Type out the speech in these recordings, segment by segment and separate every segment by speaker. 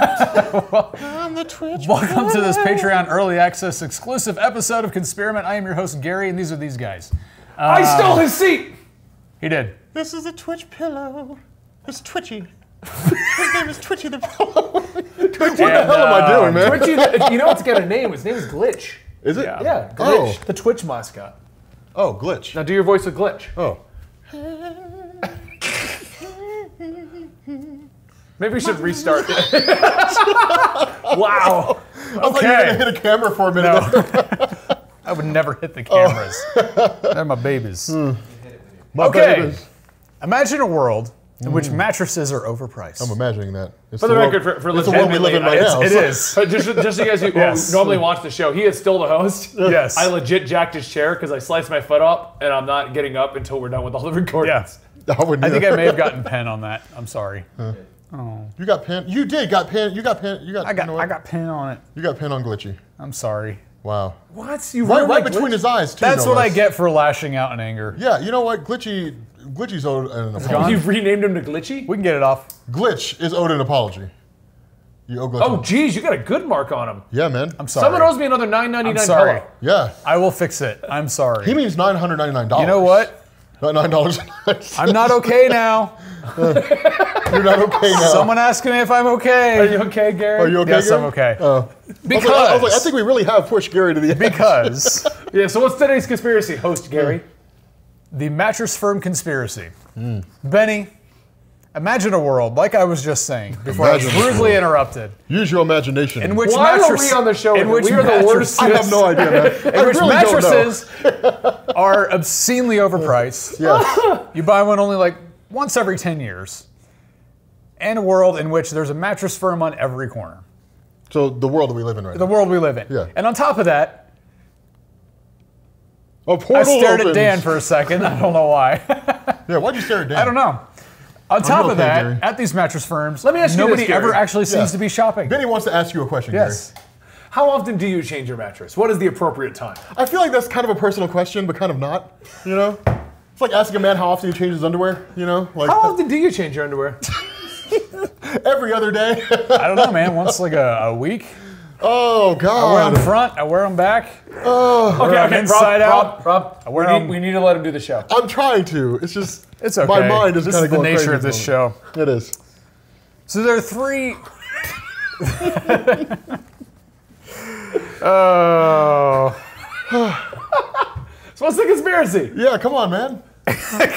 Speaker 1: on the Twitch.
Speaker 2: Welcome to this Patreon early access exclusive episode of Conspirament. I am your host, Gary, and these are these guys. Uh,
Speaker 3: I stole his seat.
Speaker 2: He did.
Speaker 1: This is a Twitch pillow. It's Twitchy. His name is Twitchy the pillow.
Speaker 4: What the hell am I doing, man?
Speaker 3: Twitchy, you know it's got a name. His name is Glitch.
Speaker 4: Is it?
Speaker 3: Yeah, Glitch,
Speaker 4: Oh.
Speaker 3: the Twitch mascot.
Speaker 4: Oh, glitch.
Speaker 3: Now do your voice of Glitch.
Speaker 4: Oh.
Speaker 3: Maybe we should restart. wow.
Speaker 4: I
Speaker 2: Okay.
Speaker 4: hit a camera for a minute.
Speaker 2: I would never hit the cameras. They're my babies.
Speaker 4: My
Speaker 2: Okay.
Speaker 4: bad, it is.
Speaker 2: Imagine a world in
Speaker 4: Mm.
Speaker 2: which mattresses are overpriced.
Speaker 4: I'm imagining that. It's
Speaker 3: For the
Speaker 4: world-
Speaker 3: record, for, for
Speaker 4: it's the world we live in right now.
Speaker 2: It
Speaker 4: so-
Speaker 2: is.
Speaker 3: But just, just so you guys who
Speaker 2: Yes.
Speaker 3: who normally watch the show, he is still the host.
Speaker 2: Yes.
Speaker 3: I legit jacked his chair because I sliced my foot up, and I'm not getting up until we're done with all the recordings.
Speaker 4: I, wouldn't
Speaker 2: I think I
Speaker 4: either.
Speaker 2: may have gotten pen on that. I'm sorry.
Speaker 4: Uh, You got pin. You did got pin. You got pin. You got.
Speaker 2: I got
Speaker 4: You, know
Speaker 2: I
Speaker 4: what?
Speaker 2: got pen on it.
Speaker 4: you got pin on glitchy.
Speaker 2: I'm sorry.
Speaker 4: Wow.
Speaker 3: What? You
Speaker 4: Right,
Speaker 3: really
Speaker 4: right
Speaker 3: like
Speaker 4: between
Speaker 3: glitch-
Speaker 4: his eyes too.
Speaker 2: That's
Speaker 4: no
Speaker 2: what I
Speaker 4: less.
Speaker 2: get for lashing out in anger.
Speaker 4: Yeah. You know what? Glitchy. Glitchy's owed an apology.
Speaker 3: You've renamed him to Glitchy?
Speaker 2: We can get it off.
Speaker 4: Glitch is owed an apology. You owe glitch.
Speaker 3: Oh,
Speaker 4: an-
Speaker 3: geez, you got a good mark on him.
Speaker 4: yeah, man.
Speaker 2: I'm sorry.
Speaker 3: Someone owes me another nine ninety
Speaker 2: I'm
Speaker 3: nine
Speaker 2: sorry.
Speaker 3: pillow.
Speaker 4: Yeah.
Speaker 2: I will fix it. I'm sorry.
Speaker 4: He means nine hundred ninety-nine dollars.
Speaker 2: you know what?
Speaker 4: Nine dollars.
Speaker 2: I'm not okay now.
Speaker 4: You're not okay now.
Speaker 2: Someone asking me if I'm
Speaker 3: Are
Speaker 2: okay.
Speaker 3: you okay, Gary?
Speaker 4: Are you okay?
Speaker 2: Yes, I'm
Speaker 4: Gary?
Speaker 2: okay.
Speaker 4: Oh.
Speaker 2: Because
Speaker 4: I, was like, I was like, I think we really have pushed Gary to the end.
Speaker 2: because
Speaker 3: Yeah, so what's today's conspiracy host,
Speaker 2: Hmm.
Speaker 3: Gary?
Speaker 2: the mattress firm conspiracy. Benny, imagine a world like I was just saying before I
Speaker 4: Imagine
Speaker 2: was
Speaker 4: a
Speaker 2: brutally
Speaker 4: world.
Speaker 2: interrupted.
Speaker 4: Use your imagination.
Speaker 2: In which
Speaker 3: Why are
Speaker 2: mattress,
Speaker 3: we on the show?
Speaker 2: In which
Speaker 3: we are the worst.
Speaker 4: I have no idea, man. I
Speaker 2: In which
Speaker 4: really
Speaker 2: mattresses are obscenely overpriced.
Speaker 4: Don't know. Yes.
Speaker 2: You buy one only like once every 10 years. And a world in which there's a mattress firm on every corner.
Speaker 4: So the world that we live in right
Speaker 2: The
Speaker 4: now.
Speaker 2: world we live in.
Speaker 4: Yeah.
Speaker 2: And on top of that,
Speaker 4: A
Speaker 2: I
Speaker 4: portal
Speaker 2: stared at
Speaker 4: opens.
Speaker 2: Dan for a second. I don't know why.
Speaker 4: Yeah, why'd you stare at Dan?
Speaker 2: I don't know. On top
Speaker 4: okay,
Speaker 2: of that,
Speaker 4: Gary.
Speaker 2: at these mattress firms,
Speaker 3: Let me ask you this,
Speaker 2: nobody
Speaker 3: Gary.
Speaker 2: ever actually seems to
Speaker 4: Yeah.
Speaker 2: be shopping.
Speaker 4: Benny wants to ask you a question.
Speaker 2: yes.
Speaker 3: How often do you change your mattress? What is the appropriate time?
Speaker 4: Gary. I feel like that's kind of a personal question, but kind of not. You know, it's like asking a man how often he changes his underwear. You know, like
Speaker 3: How often do you change your underwear?
Speaker 4: every other day.
Speaker 2: I don't know, man. Once like a, a week.
Speaker 4: oh
Speaker 2: I wear them
Speaker 4: God.
Speaker 2: front, I wear them back.
Speaker 4: Oh,
Speaker 2: Wear 'em inside out.
Speaker 3: Rob, Rob,
Speaker 2: wear
Speaker 3: we,
Speaker 2: 'em-
Speaker 3: need, we need to let him do the show.
Speaker 4: I'm trying to. It's just
Speaker 2: It's okay.
Speaker 4: My mind is
Speaker 2: This
Speaker 4: kind
Speaker 2: is
Speaker 4: of
Speaker 2: the
Speaker 4: going
Speaker 2: nature
Speaker 4: crazy
Speaker 2: of this
Speaker 4: at
Speaker 2: show.
Speaker 4: the moment. It is.
Speaker 2: So there are three. oh.
Speaker 3: So what's the conspiracy?
Speaker 4: Yeah, come on, man.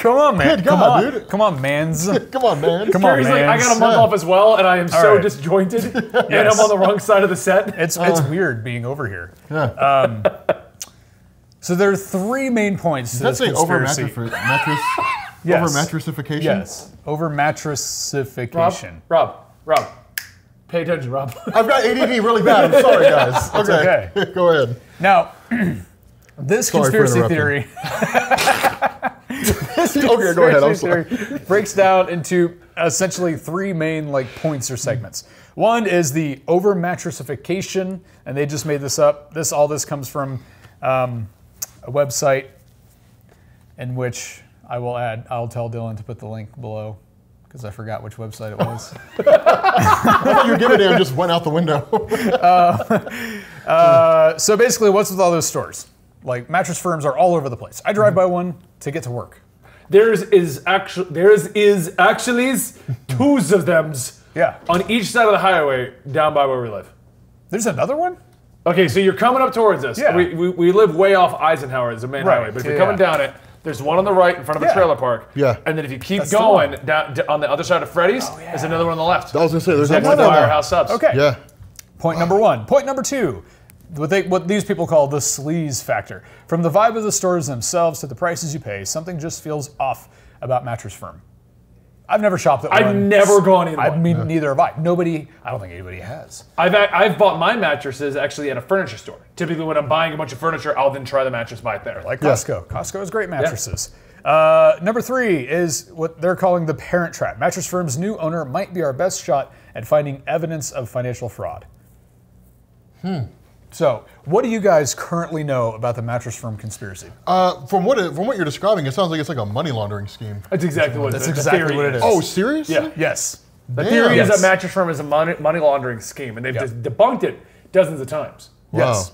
Speaker 2: Come on, man.
Speaker 4: Good
Speaker 2: Come
Speaker 4: God,
Speaker 2: on.
Speaker 4: dude.
Speaker 2: Come on, mans.
Speaker 4: Come on, man.
Speaker 2: Come on,
Speaker 3: Gary's like, I
Speaker 2: mans.
Speaker 3: got a month off as well, and I am so
Speaker 2: right.
Speaker 3: disjointed, and
Speaker 2: Yes.
Speaker 3: I'm on the wrong side of the set.
Speaker 2: It's it's
Speaker 4: Uh.
Speaker 2: weird being over here. Um, so there are three main points to
Speaker 4: That's
Speaker 2: this
Speaker 4: a over
Speaker 2: conspiracy.
Speaker 4: mattress, mattress
Speaker 2: yes.
Speaker 4: over mattressification.
Speaker 2: Yes. Over
Speaker 3: Rob,
Speaker 2: mattressification.
Speaker 3: Rob, Rob, pay attention, Rob.
Speaker 4: I've got ADD really bad. I'm sorry, guys. Okay. Go ahead.
Speaker 2: Now, this
Speaker 4: Sorry for
Speaker 2: conspiracy
Speaker 4: interrupting.
Speaker 2: theory.
Speaker 4: Okay, go ahead. I'm
Speaker 2: conspiracy
Speaker 4: sorry.
Speaker 2: theory breaks down into essentially three main like points or segments. One is the over mattressification, and they just made this up. This all this comes from um, a website in which I will add. I'll tell Dylan to put the link below because I forgot which website it was.
Speaker 4: Your give a damn just went out the window.
Speaker 2: Uh, so basically, what's with all those stores? Like mattress firms are all over the place. I
Speaker 4: Mm-hmm.
Speaker 2: drive by one to get to work.
Speaker 3: There's is actually there's is actually twos of them's
Speaker 2: Yeah.
Speaker 3: on each side of the highway down by where we live.
Speaker 2: There's another one?
Speaker 3: Okay, so you're coming up towards us.
Speaker 2: Yeah.
Speaker 3: We, we, we live way off Eisenhower as a main
Speaker 2: Right,
Speaker 3: highway, but if you're
Speaker 2: yeah.
Speaker 3: coming down it, there's one on the right in front of
Speaker 2: Yeah.
Speaker 3: a trailer park.
Speaker 4: Yeah.
Speaker 3: And then if you keep
Speaker 2: That's the
Speaker 3: going
Speaker 2: one. Oh,
Speaker 3: down d- on the other side of Freddy's, there's another one on the left.
Speaker 4: I was gonna say there's
Speaker 3: Next
Speaker 4: no
Speaker 3: to
Speaker 4: one on there.
Speaker 3: Firehouse Subs.
Speaker 2: Okay.
Speaker 4: Yeah.
Speaker 2: Point number one. Point number two. What, they, what these people call the sleaze factor. From the vibe of the stores themselves to the prices you pay, something just feels off about Mattress Firm. I've never shopped at
Speaker 3: I've
Speaker 2: one.
Speaker 3: never gone in
Speaker 2: I
Speaker 3: one.
Speaker 2: mean, neither have I. Nobody, I don't think anybody has.
Speaker 3: I've, ac- I've bought my mattresses actually at a furniture store. Typically, when I'm buying a bunch of furniture, I'll then try the mattress buy it there.
Speaker 2: Like Costco. Costco has great mattresses. Uh, number three is what they're calling the parent trap. Mattress Firm's new owner
Speaker 3: Hmm.
Speaker 2: might be our best shot at finding evidence of financial fraud. So, what do you guys currently know about the mattress firm conspiracy?
Speaker 4: Uh, from what it, from what you're describing, it sounds like it's like a money laundering scheme.
Speaker 3: That's exactly what it
Speaker 2: That's
Speaker 3: is. The
Speaker 2: exactly
Speaker 3: theory
Speaker 2: what it is.
Speaker 4: Oh, serious?
Speaker 3: Yeah.
Speaker 2: yes.
Speaker 3: The theory is
Speaker 2: Yes.
Speaker 3: that Mattress Firm is a money, money laundering scheme, and they've
Speaker 2: Yeah.
Speaker 3: just debunked it dozens of times.
Speaker 2: Yes.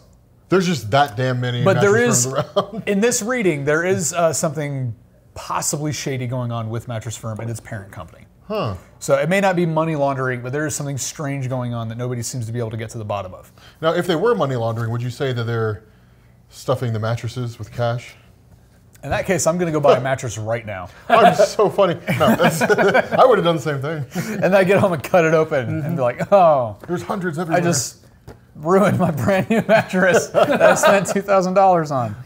Speaker 4: There's just that damn many.
Speaker 2: But there
Speaker 4: mattress
Speaker 2: is,
Speaker 4: firms around.
Speaker 2: in this reading, there is uh, something possibly shady going on with Mattress Firm and its parent company. Huh. So it may not be money laundering, but there is something strange going on that nobody seems to be able to get to the bottom of.
Speaker 4: Now, if they were money laundering, would you say that they're stuffing the mattresses with cash?
Speaker 2: In that case, I'm going to go buy a mattress right now,
Speaker 4: I'm so funny. No, that's, I would have done the same thing.
Speaker 2: and then I get home and cut it open and be like, "Oh,
Speaker 4: There's hundreds
Speaker 2: I
Speaker 4: everywhere.
Speaker 2: just ruined my brand new mattress that I spent two thousand dollars on."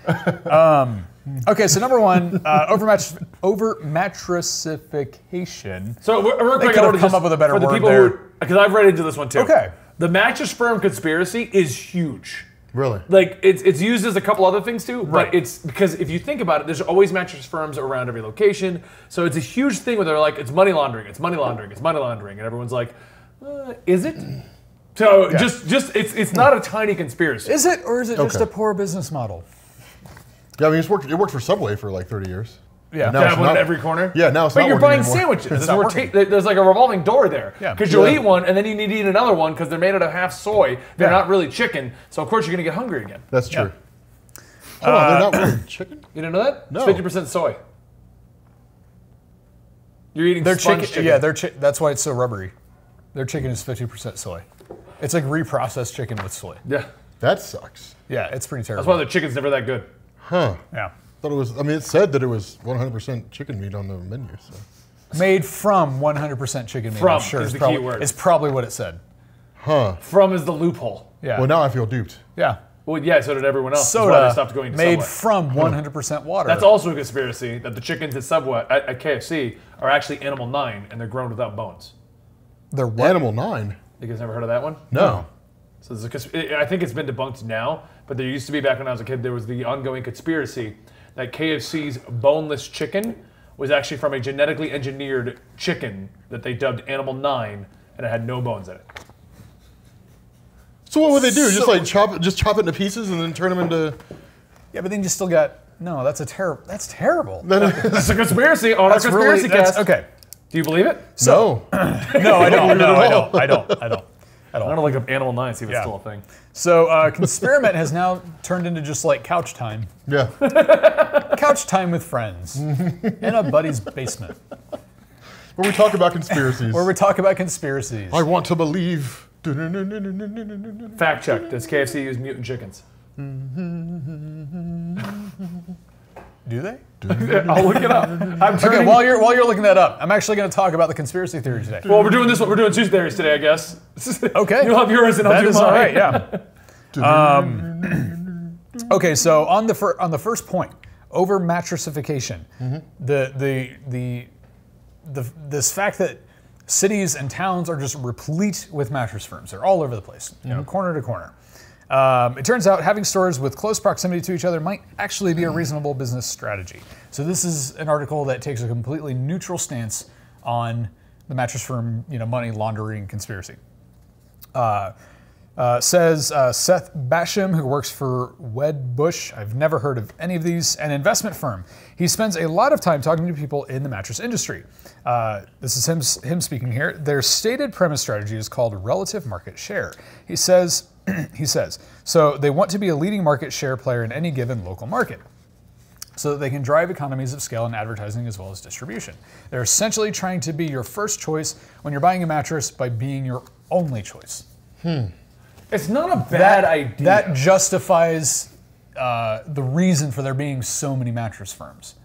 Speaker 2: Um, okay, so number one, uh, overmatch over mattressification.
Speaker 3: So we're, we're
Speaker 2: They
Speaker 3: quick,
Speaker 2: could have
Speaker 3: I wanna
Speaker 2: come
Speaker 3: just-
Speaker 2: up with a better
Speaker 3: for the
Speaker 2: word
Speaker 3: people
Speaker 2: there.
Speaker 3: Because I've read into this one too.
Speaker 2: Okay.
Speaker 3: The Mattress Firm conspiracy is huge.
Speaker 4: Really?
Speaker 3: Like it's it's used as a couple other things too,
Speaker 2: Right.
Speaker 3: but it's because if you think about it, there's always mattress firms around every location, so it's a huge thing where they're like, it's money laundering, it's money laundering, it's money laundering, and everyone's like, uh, is it? So just just it's it's not a tiny conspiracy.
Speaker 2: Is it, or is it just
Speaker 4: Okay.
Speaker 2: a poor business model?
Speaker 4: Yeah, I mean, it's worked, it worked for Subway for like 30 years.
Speaker 2: Yeah.
Speaker 4: No.
Speaker 3: That
Speaker 4: it's
Speaker 3: one at
Speaker 4: not-
Speaker 3: every corner.
Speaker 4: Yeah, now it's
Speaker 3: but
Speaker 4: not
Speaker 3: you're
Speaker 4: working
Speaker 3: buying
Speaker 4: anymore.
Speaker 3: sandwiches.
Speaker 2: It's
Speaker 3: There's,
Speaker 2: not
Speaker 3: a
Speaker 2: working.
Speaker 3: rota- there- there's like a revolving door there.
Speaker 2: Yeah.
Speaker 3: Because you'll
Speaker 4: Yeah.
Speaker 3: eat one and then you need to eat another one because they're made out of half soy. They're
Speaker 2: Yeah.
Speaker 3: not really chicken, so of course you're gonna get hungry again.
Speaker 4: That's true. Hold on, they're not really chicken?
Speaker 3: You didn't know that?
Speaker 4: No.
Speaker 3: Fifty percent soy. You're eating
Speaker 2: Their
Speaker 3: sponge
Speaker 2: chicken, yeah, their chi- that's why it's so rubbery. Their chicken is 50% soy. It's like reprocessed chicken with soy.
Speaker 3: yeah.
Speaker 4: That sucks.
Speaker 2: Yeah, it's pretty terrible.
Speaker 3: That's why the chicken's never that good.
Speaker 4: Huh.
Speaker 2: yeah.
Speaker 4: Thought it was, I mean, it said that it was 100% chicken meat on the menu. So.
Speaker 2: Made from 100% chicken meat.
Speaker 3: From
Speaker 2: I'm sure
Speaker 3: is the key
Speaker 2: probably,
Speaker 3: word.
Speaker 2: It's probably what it said.
Speaker 3: From is the loophole.
Speaker 2: Yeah.
Speaker 4: Well, now I feel duped.
Speaker 2: yeah.
Speaker 3: Well, yeah, so did everyone else. That's why
Speaker 2: Soda
Speaker 3: they stopped going to
Speaker 2: made
Speaker 3: Subway. Mm-hmm.
Speaker 2: from 100% water.
Speaker 3: That's also a conspiracy that the chickens at Subway at, at KFC are actually Animal Nine and they're grown without bones.
Speaker 2: They're what?
Speaker 4: Animal 9?
Speaker 3: You guys never heard of that one?
Speaker 4: No.
Speaker 3: So there's a cons- I I think it's been debunked now, but there used to be back when I was a kid. There was the ongoing conspiracy that KFC's boneless chicken was actually from a genetically engineered chicken that they dubbed Animal Nine, and it had no bones in it.
Speaker 4: So what would they do? just
Speaker 2: So-
Speaker 4: like chop it, just chop it into pieces and then turn them into.
Speaker 2: Yeah, but then you still got. No, that's a terrible. That's terrible.
Speaker 3: It's a conspiracy on
Speaker 2: that's
Speaker 3: a conspiracy
Speaker 2: that's-
Speaker 3: cast.
Speaker 2: Okay.
Speaker 3: Do you believe it?
Speaker 4: So, no.
Speaker 2: No, I don't. No, I
Speaker 4: at all.
Speaker 2: don't. I don't. I don't. I
Speaker 3: I'm
Speaker 2: don't.
Speaker 3: gonna look up Animal Nine, see if
Speaker 2: Yeah.
Speaker 3: it's still a thing.
Speaker 2: So, uh, Conspirament has now turned into just like couch time.
Speaker 4: yeah.
Speaker 2: Couch time with friends in a buddy's basement
Speaker 4: Where we talk about conspiracies.
Speaker 2: where we talk about conspiracies.
Speaker 4: I want to believe.
Speaker 3: Fact check: Does KFC use mutant chickens?
Speaker 2: Do they?
Speaker 3: I'll look it up. I'm turning.
Speaker 2: Okay, while you're while you're looking that up, I'm actually going to talk about the conspiracy theory today.
Speaker 3: well, we're doing this. one. We're doing two theories today, I guess.
Speaker 2: Okay.
Speaker 3: You'll have yours, and I'll
Speaker 2: That
Speaker 3: do
Speaker 2: is
Speaker 3: mine.
Speaker 2: all right. Yeah. Um, okay, so on the fir- on the first point, over mattressification, the the the the this fact that cities and towns are just replete with mattress firms. They're all over the place, you know, corner to corner. Um, it turns out having stores with close proximity to each other might actually be a reasonable business strategy. So this is an article that takes a completely neutral stance on the mattress firm, you know, money laundering conspiracy uh, says uh, Seth Basham, who works for Wedbush. I've never heard of any of these. An investment firm. He spends a lot of time talking to people in the mattress industry. Uh, this is him, him speaking here. Their stated premise strategy is called relative market share. He says, he says, so they want to be a leading market share player in any given local market so that they can drive economies of scale in advertising as well as distribution. They're essentially trying to be your first choice when you're buying a mattress by being your only choice
Speaker 3: It's not a bad idea.
Speaker 2: that justifies uh, the reason for there being so many mattress firms.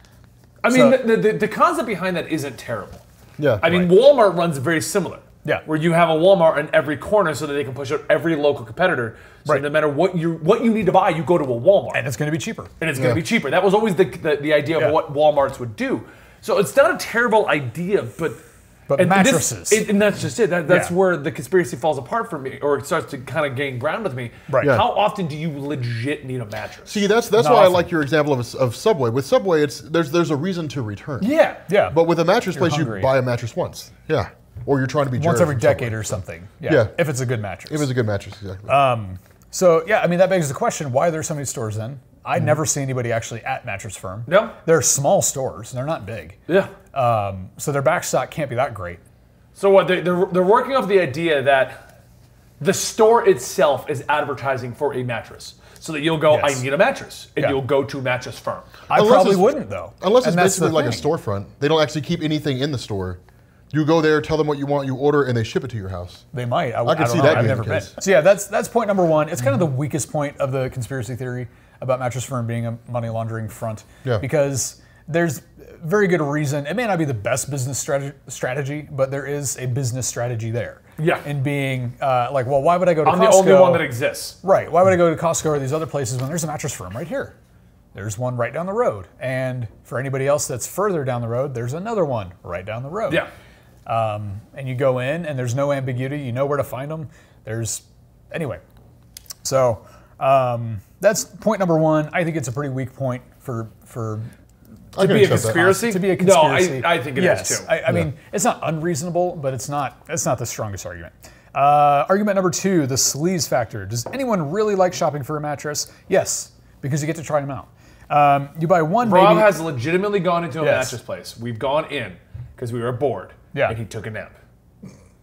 Speaker 3: I mean,
Speaker 2: So-
Speaker 3: the, the, the concept behind that isn't terrible.
Speaker 4: Yeah.
Speaker 3: I mean, Walmart runs very similar.
Speaker 2: Yeah.
Speaker 3: Where you have a Walmart in every corner so that they can push out every local competitor. So
Speaker 2: Right.
Speaker 3: no matter what you what you need to buy, you go to a Walmart.
Speaker 2: And it's going to be cheaper.
Speaker 3: and it's going to be cheaper. That was always the, the, the idea of
Speaker 2: Yeah.
Speaker 3: what Walmarts would do. So it's not a terrible idea, but
Speaker 2: But
Speaker 3: and this-
Speaker 2: mattresses.
Speaker 3: it- and that's just it. That, that's
Speaker 2: Yeah.
Speaker 3: where the conspiracy falls apart for me, or it starts to kind of gain ground with me.
Speaker 2: Right. Yeah.
Speaker 3: How often do you legit need a mattress?
Speaker 4: See, that's that's
Speaker 2: Not
Speaker 4: why
Speaker 2: often.
Speaker 4: I like your example of, of Subway. With Subway, it's there's there's a reason to return.
Speaker 3: yeah.
Speaker 2: Yeah.
Speaker 4: But with a mattress place,
Speaker 2: hungry.
Speaker 4: you buy a mattress once. Yeah. Or you're trying to be
Speaker 2: once
Speaker 4: Jared
Speaker 2: every
Speaker 4: from Subway.
Speaker 2: decade or something. Yeah.
Speaker 4: Yeah.
Speaker 2: If it's a good mattress. Uh,
Speaker 4: It was a good mattress, exactly.
Speaker 2: So yeah, I mean that begs the question: Why are there so many stores then? I never see anybody actually at Mattress Firm.
Speaker 3: No.
Speaker 2: they're small stores; they're not big,
Speaker 3: Yeah.
Speaker 2: um, so their back stock can't be that great.
Speaker 3: So what they, they're they're working off the idea that the store itself is advertising for a mattress, so that you'll go,
Speaker 2: Yes.
Speaker 3: I need a mattress, and
Speaker 2: Yeah.
Speaker 3: you'll go to Mattress Firm.
Speaker 2: I
Speaker 4: Unless
Speaker 2: probably
Speaker 4: it's-
Speaker 2: wouldn't though,
Speaker 4: Unless it's
Speaker 2: And that's the
Speaker 4: basically like a
Speaker 2: thing.
Speaker 4: storefront. They don't actually keep anything in the store. You go there, tell them what you want, you order, and they ship it to your house.
Speaker 2: They might. I,
Speaker 4: I can
Speaker 2: don't
Speaker 4: see
Speaker 2: know.
Speaker 4: that
Speaker 2: I've
Speaker 4: being
Speaker 2: never
Speaker 4: the
Speaker 2: been.
Speaker 4: case.
Speaker 2: So yeah, that's that's point number one. It's kind of the weakest point of the conspiracy theory about mattress firm being a money laundering front.
Speaker 4: Yeah.
Speaker 2: Because there's very good reason. It may not be the best business strategy, strategy but there is a business strategy there.
Speaker 3: Yeah.
Speaker 2: In being uh, like, well, why would I go to
Speaker 3: I'm
Speaker 2: Costco?
Speaker 3: the only one that exists.
Speaker 2: Right. Why would I go to Costco or these other places when there's a mattress firm right here? There's one right down the road, and for anybody else that's further down the road, there's another one right down the road
Speaker 3: Yeah.
Speaker 2: um, and you go in and there's no ambiguity you know where to find them there's anyway so um, that's point number one i think it's a pretty weak point for for
Speaker 4: I
Speaker 3: Be
Speaker 4: can
Speaker 3: a
Speaker 4: accept that.
Speaker 3: conspiracy.
Speaker 2: to be a conspiracy
Speaker 3: No, I, I think it is
Speaker 2: yes.
Speaker 3: too.
Speaker 2: i, I mean it's not unreasonable but it's not it's not the strongest argument uh, argument number two the sleaze factor does anyone really like shopping for a mattress yes because you get to try them out um, you buy one
Speaker 3: Rob
Speaker 2: maybe,
Speaker 3: has legitimately gone into a
Speaker 2: Yes.
Speaker 3: mattress place. We've gone in because we were bored.
Speaker 2: Yeah.
Speaker 3: And he took a nap.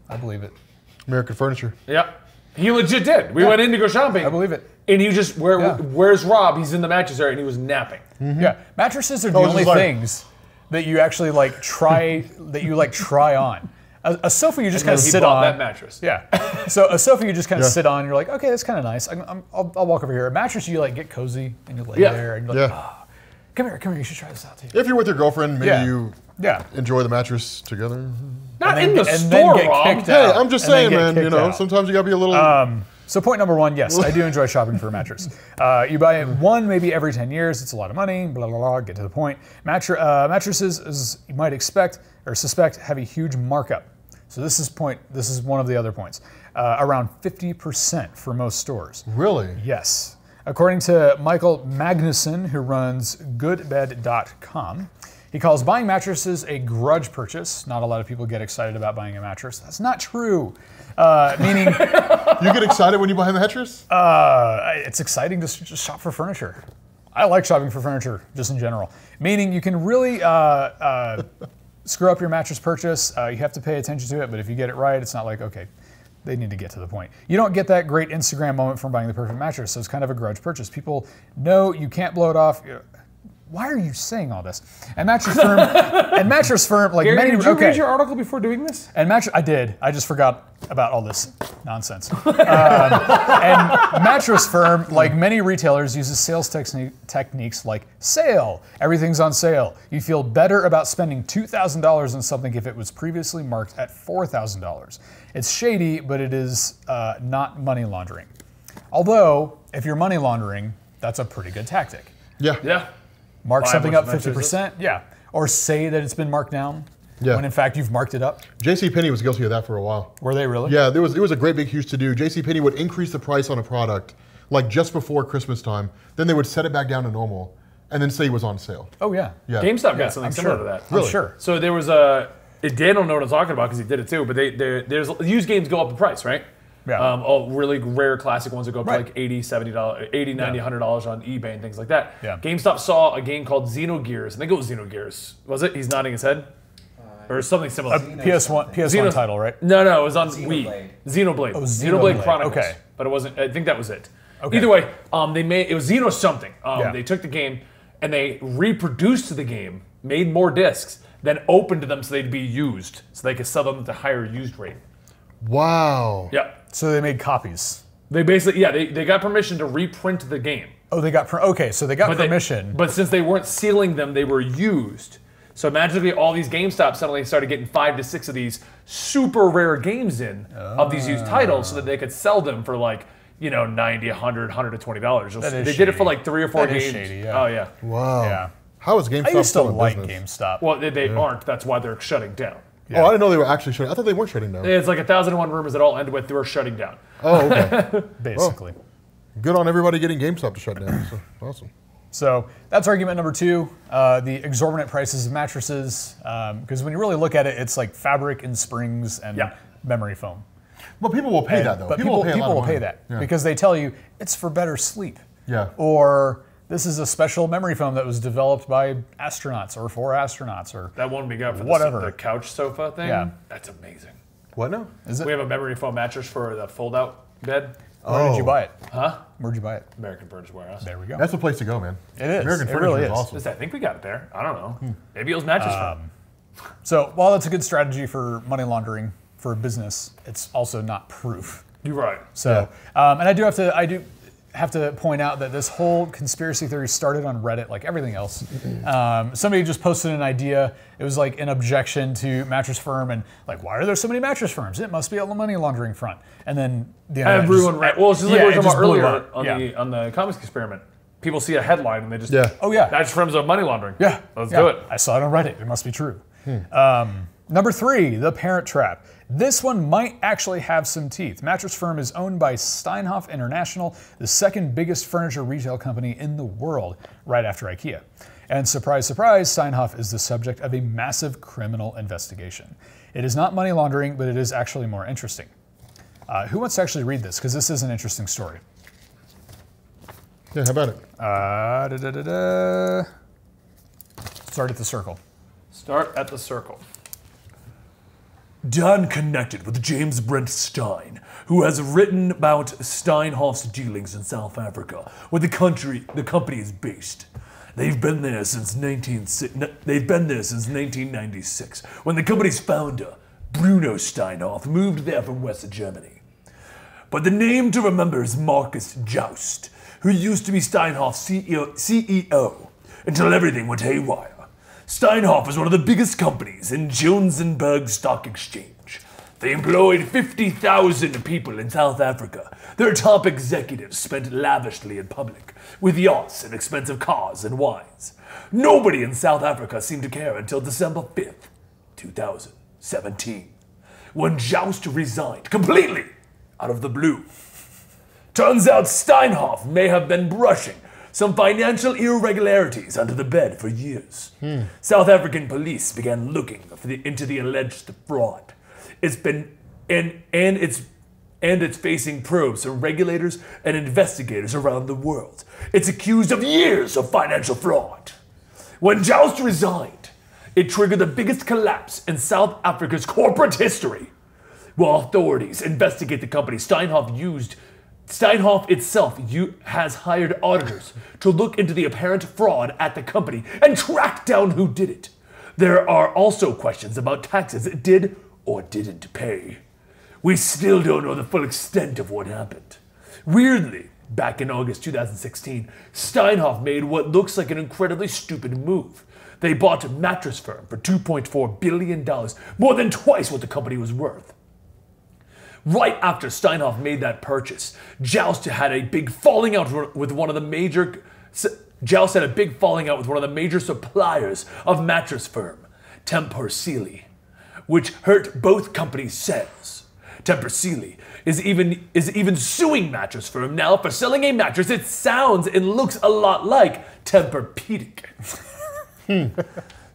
Speaker 2: i believe it
Speaker 4: American furniture.
Speaker 3: Yeah. He legit did. We went in to go shopping.
Speaker 2: i believe it
Speaker 3: And he just where
Speaker 2: Yeah. Mm-hmm.
Speaker 3: where's Rob? He's in the mattress area and he was napping.
Speaker 2: Yeah, mattresses are the
Speaker 4: I was
Speaker 2: only
Speaker 4: just like-
Speaker 2: things that you actually like try that you like try on. A, a sofa you just kind
Speaker 3: And
Speaker 2: of
Speaker 3: he
Speaker 2: sit
Speaker 3: bought
Speaker 2: on.
Speaker 3: that mattress.
Speaker 2: Yeah. So a sofa you just kind of
Speaker 4: Yeah.
Speaker 2: sit on. You're like, okay, that's kind of nice. I'm, I'm, I'll, I'll walk over here. A mattress you like get cozy and you lay
Speaker 3: Yeah.
Speaker 2: there and you're like, "Ah,
Speaker 4: Yeah.
Speaker 2: come here, come here. You should try this out too.
Speaker 4: If you're with your girlfriend, maybe
Speaker 2: Yeah.
Speaker 4: you
Speaker 2: Yeah.
Speaker 4: enjoy the mattress together.
Speaker 3: Not
Speaker 2: then
Speaker 3: in the
Speaker 2: get- and then
Speaker 3: store,
Speaker 2: get
Speaker 3: Rob.
Speaker 2: kicked
Speaker 4: Hey,
Speaker 2: out
Speaker 4: I'm just
Speaker 2: and then
Speaker 4: saying,
Speaker 2: get
Speaker 4: man. You
Speaker 2: kicked
Speaker 4: know,
Speaker 2: out. Uh,
Speaker 4: sometimes you gotta be a little.
Speaker 2: So point number one, yes, I do enjoy shopping for a mattress. Uh, you buy one maybe every 10 years. It's a lot of money. Blah blah blah. Get to the point. Mattr- uh, mattresses, as you might expect or suspect, have a huge markup. So this is point. This is one of the other points. Uh, around 50% for most stores.
Speaker 4: really?
Speaker 2: Yes. According to Michael Magnuson, who runs goodbed.com, he calls buying mattresses a grudge purchase. Not a lot of people get excited about buying a mattress. That's not true. Uh, meaning,
Speaker 4: You get excited when you buy a mattress?
Speaker 2: uh, it's exciting to s- just shop for furniture. I like shopping for furniture just in general, meaning you can really uh, uh, screw up your mattress purchase. Uh, you have to pay attention to it, but if you get it right, it's not like, okay, they need to get to the point. You don't get that great Instagram moment from buying the perfect mattress, so it's kind of a grudge purchase. People know you can't blow it off. You- Why are you saying all this? And mattress firm, and mattress firm, like many.
Speaker 3: did you
Speaker 2: okay.
Speaker 3: read your article before doing this?
Speaker 2: And mattress, I did. I just forgot about all this nonsense. Um, and mattress firm, like many retailers, uses sales texni- techniques like sale. Everything's on sale. You feel better about spending two thousand dollars on something if it was previously marked at four thousand dollars. It's shady, but it is uh, not money laundering. Although, if you're money laundering, that's a pretty good tactic
Speaker 4: yeah.
Speaker 3: Yeah.
Speaker 2: mark
Speaker 3: Buy a
Speaker 2: something
Speaker 3: bunch
Speaker 2: up
Speaker 3: of mattresses.
Speaker 2: 50%. Yeah. Or say that it's been marked down
Speaker 4: Yeah.
Speaker 2: when in fact you've marked it up.
Speaker 4: J.C. Penney was guilty of that for a while.
Speaker 2: Were they really?
Speaker 4: Yeah, there was it was a great big huge to do. J.C. Penney would increase the price on a product like just before Christmas time. Then they would set it back down to normal, and then say it was on sale.
Speaker 2: Oh, yeah.
Speaker 4: Yeah.
Speaker 3: GameStop got
Speaker 2: I'm
Speaker 3: something similar
Speaker 2: sure.
Speaker 3: to that.
Speaker 2: I'm
Speaker 4: Really?
Speaker 2: sure.
Speaker 3: So there was a. It, Dan don't know what I'm talking about because he did it too. But they they- there's used games go up in price, right?
Speaker 2: Yeah.
Speaker 3: Um, all really rare classic ones that go up
Speaker 2: Right.
Speaker 3: to like 80 70 dollars 80 90 100 dollars on ebay and things like that
Speaker 2: Yeah.
Speaker 3: gamestop saw a game called xenogears and they go xenogears was it he's nodding his head or something similar
Speaker 2: PS1, PS1
Speaker 3: Xeno-
Speaker 2: title, right?
Speaker 3: no no it was on
Speaker 5: Xenoblade.
Speaker 3: wii xenoblade oh,
Speaker 2: Xenoblade.
Speaker 3: chronicles
Speaker 2: Okay.
Speaker 3: but it wasn't i think that was it
Speaker 2: Okay.
Speaker 3: either way um, they made it was xeno something um,
Speaker 2: Yeah.
Speaker 3: they took the game and they reproduced the game made more discs then opened them so they'd be used so they could sell them at a higher used rate
Speaker 4: Wow.
Speaker 3: yeah
Speaker 2: So they made copies.
Speaker 3: they basically yeah they, they got permission to reprint the game
Speaker 2: Oh, they got per- okay. So they got
Speaker 3: they-
Speaker 2: permission.
Speaker 3: but since they weren't sealing them, they were used. So magically, all these GameStop suddenly started getting five to six of these super rare games in of these used titles so that they could sell them for like, you know, 90, 100, 120 dollars. They
Speaker 2: That is
Speaker 3: did it for
Speaker 2: shady.
Speaker 3: like three or four
Speaker 2: That is
Speaker 3: games.
Speaker 2: shady, yeah.
Speaker 3: Oh, yeah.
Speaker 4: Wow.
Speaker 2: Yeah.
Speaker 4: How is GameStop
Speaker 2: I used to
Speaker 4: still in
Speaker 2: like
Speaker 4: business?
Speaker 2: GameStop.
Speaker 3: Well, they, they aren't. That's why they're shutting down.
Speaker 4: Oh, I didn't know they were actually shutting. I thought they weren't shutting down.
Speaker 3: It's like a thousand and one rumors that all end with they're shutting down.
Speaker 4: Oh, okay.
Speaker 2: basically.
Speaker 4: Good on everybody getting GameStop to shut down. So, awesome.
Speaker 2: So that's argument number two: uh, the exorbitant prices of um, mattresses. Because when you really look at it, it's like fabric and springs and
Speaker 3: Yeah.
Speaker 2: memory foam.
Speaker 4: But people will pay
Speaker 2: And-
Speaker 4: that though.
Speaker 2: But people,
Speaker 4: will pay, a lot of
Speaker 2: will
Speaker 4: money.
Speaker 2: pay that
Speaker 4: Yeah.
Speaker 2: because they tell you it's for better sleep.
Speaker 4: Yeah.
Speaker 2: Or this is a special memory foam that was developed by astronauts or for astronauts or
Speaker 6: That one we got for the,
Speaker 2: Whatever.
Speaker 6: the couch sofa thing.
Speaker 2: Yeah.
Speaker 6: That's amazing.
Speaker 4: what now?
Speaker 2: is it?
Speaker 6: We have a memory foam mattress for the fold out bed.
Speaker 2: Where did you
Speaker 4: Oh.
Speaker 2: buy it? Huh? Where'd you buy it?
Speaker 6: American Furniture Warehouse.
Speaker 2: There we go.
Speaker 4: That's the place to go, man.
Speaker 2: It is.
Speaker 4: American
Speaker 2: It
Speaker 4: furniture
Speaker 2: really
Speaker 4: is
Speaker 2: is.
Speaker 4: awesome.
Speaker 6: Just- I think we got it there. I don't know.
Speaker 2: Hmm.
Speaker 6: Maybe it was mattress
Speaker 2: Uh,
Speaker 6: foam.
Speaker 2: so while that's a good strategy for money laundering for a business, it's also not proof.
Speaker 6: You're right.
Speaker 2: So, um, and I do have to, I do have to point out that this whole conspiracy theory started on Reddit, like everything else.
Speaker 4: Mm-hmm.
Speaker 2: Um, somebody just posted an idea. It was like an objection to mattress firm, and like, why are there so many mattress firms? It must be a money laundering front. And then the internet just-
Speaker 6: Everyone right. Well, it's just like
Speaker 2: Yeah,
Speaker 6: we were
Speaker 2: it
Speaker 6: talking
Speaker 2: just
Speaker 6: about
Speaker 2: blew
Speaker 6: earlier
Speaker 2: up.
Speaker 6: on
Speaker 2: Yeah.
Speaker 6: the on the comics experiment. People see a headline and they just
Speaker 4: Yeah.
Speaker 2: Oh, yeah.
Speaker 6: That's from money laundering.
Speaker 2: Yeah.
Speaker 6: Let's
Speaker 2: Yeah.
Speaker 6: do it.
Speaker 2: I saw it on Reddit. It must be true. Um, number three, the parent trap. This one might actually have some teeth. Mattress Firm is owned by Steinhoff International, the second biggest furniture retail company in the world, right after IKEA. And surprise, surprise, Steinhoff is the subject of a massive criminal investigation. It is not money laundering, but it is actually more interesting. Uh, who wants to actually read this? Because this is an interesting story.
Speaker 4: Yeah, how about it?
Speaker 2: Uh, da, da, da, da. Start at the circle.
Speaker 6: Start at the circle. Don connected with James Brent Stein, who has written about Steinhoff's dealings in South Africa, where the country the company is based. They've been there since 19 si- n- they've been there since 1996, when the company's founder, Bruno Steinhoff, moved there from West Germany. But the name to remember is Marcus Joust, who used to be E Steinhoff's CEO, CEO until everything went haywire. Steinhoff is one of the biggest companies in Johannesburg Stock Exchange. They employed 50,000 people in South Africa. Their top executives spent lavishly in public, with yachts and expensive cars and wines. Nobody in South Africa seemed to care until December 5th, 2017 when Joust resigned completely out of the blue. Turns out Steinhoff may have been brushing some financial irregularities under the bed for years. South African police began looking for the, into the alleged fraud. It's been and and it's and it's facing probes from regulators and investigators around the world. It's accused of years of financial fraud. When Joust resigned, it triggered the biggest collapse in South Africa's corporate history. While authorities investigate the company, Steinhoff used Steinhoff itself u- has hired auditors to look into the apparent fraud at the company and track down who did it. There are also questions about taxes it did or didn't pay. We still don't know the full extent of what happened. Weirdly, back in August 2016, Steinhoff made what looks like an incredibly stupid move. They bought a mattress firm for $2.4 billion, more than twice what the company was worth. Right after Steinhoff made that purchase, Joust had a big falling out with one of the major. Joust had a big falling out with one of the major suppliers of mattress firm, Tempur Sealy, which hurt both companies' sales. Tempur Sealy is even is even suing mattress firm now for selling a mattress. It sounds and looks a lot like Tempur-Pedic.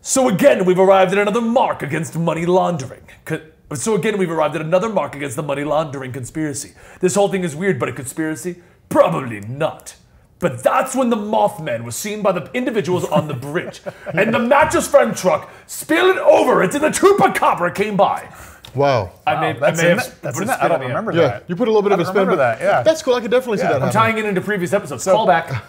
Speaker 6: So again, we've arrived at another mark against money laundering. Co- So again, we've arrived at another mark against the money laundering conspiracy. This whole thing is weird, but a conspiracy? Probably not. But that's when the Mothman was seen by the individuals on the bridge, and the mattress firm truck spilled over it, and the Chupacabra came by.
Speaker 4: Wow.
Speaker 6: I may,
Speaker 2: that's in that- that's in that. I don't remember
Speaker 4: yeah,
Speaker 2: that.
Speaker 4: you put a little bit
Speaker 2: I
Speaker 4: of a
Speaker 2: don't
Speaker 4: spin.
Speaker 2: remember
Speaker 4: but
Speaker 2: that, yeah.
Speaker 4: that's cool. I could definitely see
Speaker 2: Yeah,
Speaker 4: that
Speaker 2: I'm
Speaker 4: happening.
Speaker 6: Tying it into previous episodes. Call back.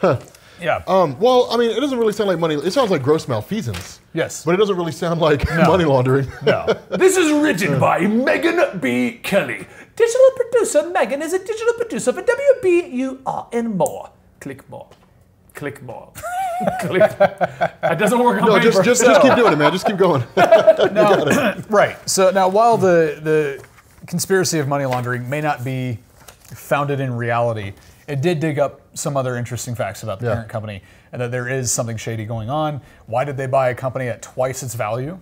Speaker 2: Yeah.
Speaker 4: Um, well, I mean, it doesn't really sound like money. It sounds like gross malfeasance.
Speaker 2: Yes.
Speaker 4: But it doesn't really sound like money laundering.
Speaker 2: no.
Speaker 6: This is written by Megan B. Kelly. Digital producer Megan is a digital producer for WBUR and more. Click more. Click more. Click. That doesn't work on
Speaker 4: No,
Speaker 6: my
Speaker 4: just, just, just keep doing it, man. Just keep going.
Speaker 2: Right. So now, while the the conspiracy of money laundering may not be founded in reality, it did dig up some other interesting facts about the
Speaker 4: Yeah.
Speaker 2: parent company and that there is something shady going on. Why did they buy a company at twice its value?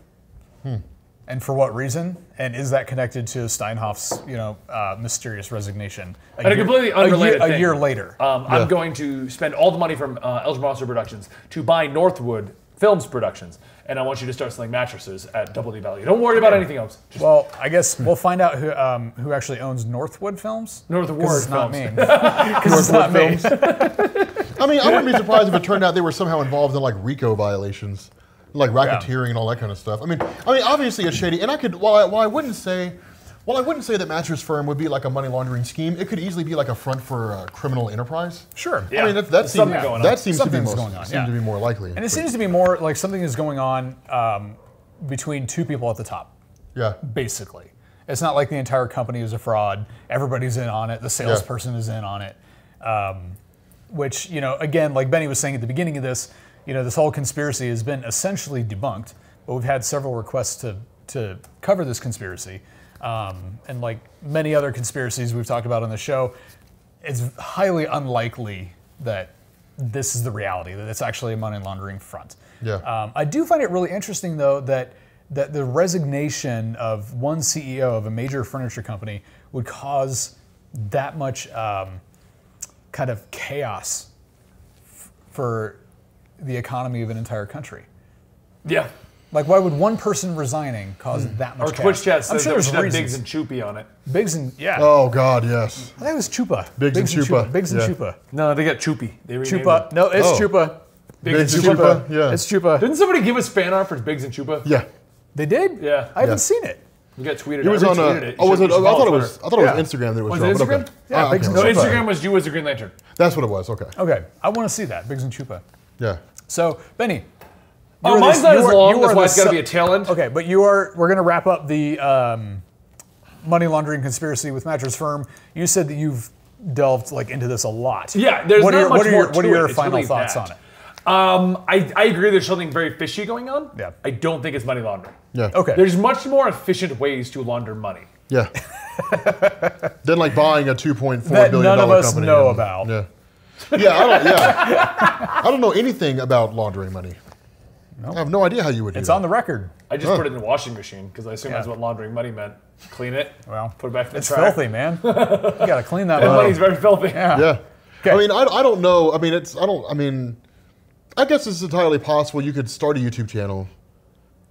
Speaker 4: Hmm.
Speaker 2: And for what reason? And is that connected to Steinhoff's, you know, uh, mysterious resignation? A
Speaker 6: And a completely unrelated
Speaker 2: a year,
Speaker 6: thing.
Speaker 2: a year later.
Speaker 6: Um, I'm going to spend all the money from uh, Elgin Monster Productions to buy Northwood Films Productions
Speaker 3: and I want you to start selling mattresses at double the value. Don't worry about anything else. Just
Speaker 2: Well, I guess
Speaker 4: Hmm.
Speaker 2: we'll find out who um, who actually owns Northwood Films.
Speaker 3: Northwood
Speaker 2: 'Cause it's not me.
Speaker 3: Films.
Speaker 2: 'Cause it's not me.
Speaker 4: I mean, I wouldn't be surprised if it turned out they were somehow involved in like RICO violations, like racketeering and all that kind of stuff. I mean, I mean, obviously it's shady. And I could, while I, while I wouldn't say, while I wouldn't say that mattress firm would be like a money laundering scheme, it could easily be like a front for a criminal enterprise.
Speaker 2: Sure.
Speaker 4: I mean, that, that
Speaker 3: There's
Speaker 4: seems,
Speaker 3: something going on.
Speaker 4: that seems to be
Speaker 2: Something's
Speaker 4: most,
Speaker 2: going on,
Speaker 4: seems to
Speaker 2: yeah.
Speaker 4: be more likely.
Speaker 2: And it seems to be more like something is going on um, between two people at the top,
Speaker 4: yeah.
Speaker 2: basically. It's not like the entire company is a fraud. Everybody's in on it. The salesperson is in on it. Um, which, you know, again, like Benny was saying at the beginning of this, you know, this whole conspiracy has been essentially debunked, but we've had several requests to, to cover this conspiracy. Um, and like many other conspiracies we've talked about on the show, it's highly unlikely that this is the reality, that it's actually a money laundering front.
Speaker 4: Yeah.
Speaker 2: Um, I do find it really interesting, though, that that the resignation of one CEO of a major furniture company would cause that much um, kind of chaos f- for the economy of an entire country.
Speaker 3: yeah. Hmm.
Speaker 2: Like, why would one person resigning cause that much?
Speaker 3: Or
Speaker 2: chaos?
Speaker 3: Twitch chat
Speaker 2: I'm
Speaker 3: says
Speaker 2: sure
Speaker 3: that we
Speaker 2: there's
Speaker 3: should have
Speaker 2: reasons.
Speaker 3: Biggs and Choopy on it.
Speaker 2: Bigs and yeah,
Speaker 4: Oh God, yes.
Speaker 2: I think it was Chupa.
Speaker 4: Biggs and Chupa,
Speaker 2: Bigs and
Speaker 4: yeah.
Speaker 2: Chupa.
Speaker 3: No, they got Choopy. They renamed
Speaker 2: Chupa.
Speaker 3: it.
Speaker 2: No, it's
Speaker 4: Oh.
Speaker 2: Chupa.
Speaker 3: Biggs
Speaker 4: Biggs
Speaker 3: and
Speaker 4: and
Speaker 3: Chupa.
Speaker 4: Chupa. yeah.
Speaker 2: It's Chupa.
Speaker 3: Didn't somebody give us fan art for Biggs and Chupa?
Speaker 4: Yeah.
Speaker 2: They did.
Speaker 3: Yeah.
Speaker 2: I haven't
Speaker 4: Yeah.
Speaker 2: seen it.
Speaker 3: We got tweeted.
Speaker 4: It was on
Speaker 3: retweeted
Speaker 4: a.
Speaker 3: it.
Speaker 4: Oh, was
Speaker 3: You
Speaker 4: it?
Speaker 3: should
Speaker 4: Oh, I thought it
Speaker 3: follow
Speaker 4: was.
Speaker 3: Twitter.
Speaker 4: I thought it was
Speaker 2: Yeah.
Speaker 4: Instagram that it
Speaker 3: Was it
Speaker 4: was. drawn, but
Speaker 3: Instagram?
Speaker 4: Okay.
Speaker 2: Yeah,
Speaker 4: Ah,
Speaker 2: Biggs
Speaker 4: okay.
Speaker 2: and Chupa.
Speaker 3: No, Instagram was you as the Green Lantern.
Speaker 4: That's what it was. Okay.
Speaker 2: Okay, I want to see that Biggs and Chupa.
Speaker 4: Yeah.
Speaker 2: So Benny,
Speaker 3: Oh,
Speaker 2: you are
Speaker 3: mine's
Speaker 2: the-
Speaker 3: not
Speaker 2: you
Speaker 3: as
Speaker 2: are-
Speaker 3: long.
Speaker 2: you
Speaker 3: That's
Speaker 2: are
Speaker 3: why
Speaker 2: the
Speaker 3: it's got to
Speaker 2: sub-
Speaker 3: be a tail end.
Speaker 2: Okay, but you are. We're going to wrap up the um, money laundering conspiracy with Mattress Firm. You said that you've delved like into this a lot.
Speaker 3: Yeah, there's
Speaker 2: what
Speaker 3: not
Speaker 2: are your,
Speaker 3: much
Speaker 2: what are
Speaker 3: more
Speaker 2: your, What
Speaker 3: to
Speaker 2: are your
Speaker 3: it. It's
Speaker 2: final
Speaker 3: really
Speaker 2: thoughts
Speaker 3: that.
Speaker 2: on it?
Speaker 3: Um, I, I agree. There's something very fishy going on.
Speaker 2: Yeah.
Speaker 3: I don't think it's money laundering.
Speaker 4: Yeah.
Speaker 2: Okay.
Speaker 3: There's much more efficient ways to launder money.
Speaker 4: Yeah. then like buying a two point four
Speaker 2: That
Speaker 4: billion
Speaker 2: none of
Speaker 4: dollar
Speaker 2: us
Speaker 4: company
Speaker 2: know
Speaker 4: and-
Speaker 2: about.
Speaker 4: Yeah. Yeah, I don't. Yeah, I don't know anything about laundering money. I have no idea how you would do
Speaker 2: It's
Speaker 4: that.
Speaker 2: on the record.
Speaker 3: I just put it in the washing machine because I assume
Speaker 2: Yeah.
Speaker 3: that's what laundering money meant. Clean it.
Speaker 2: Well,
Speaker 3: put it back in the
Speaker 2: It's
Speaker 3: trash.
Speaker 2: filthy, man. you got to clean that.
Speaker 3: That
Speaker 2: up.
Speaker 3: money's very filthy.
Speaker 4: yeah.
Speaker 2: Okay.
Speaker 4: I mean, I, I don't know. I mean, it's I don't. I mean, I guess it's entirely possible you could start a YouTube channel,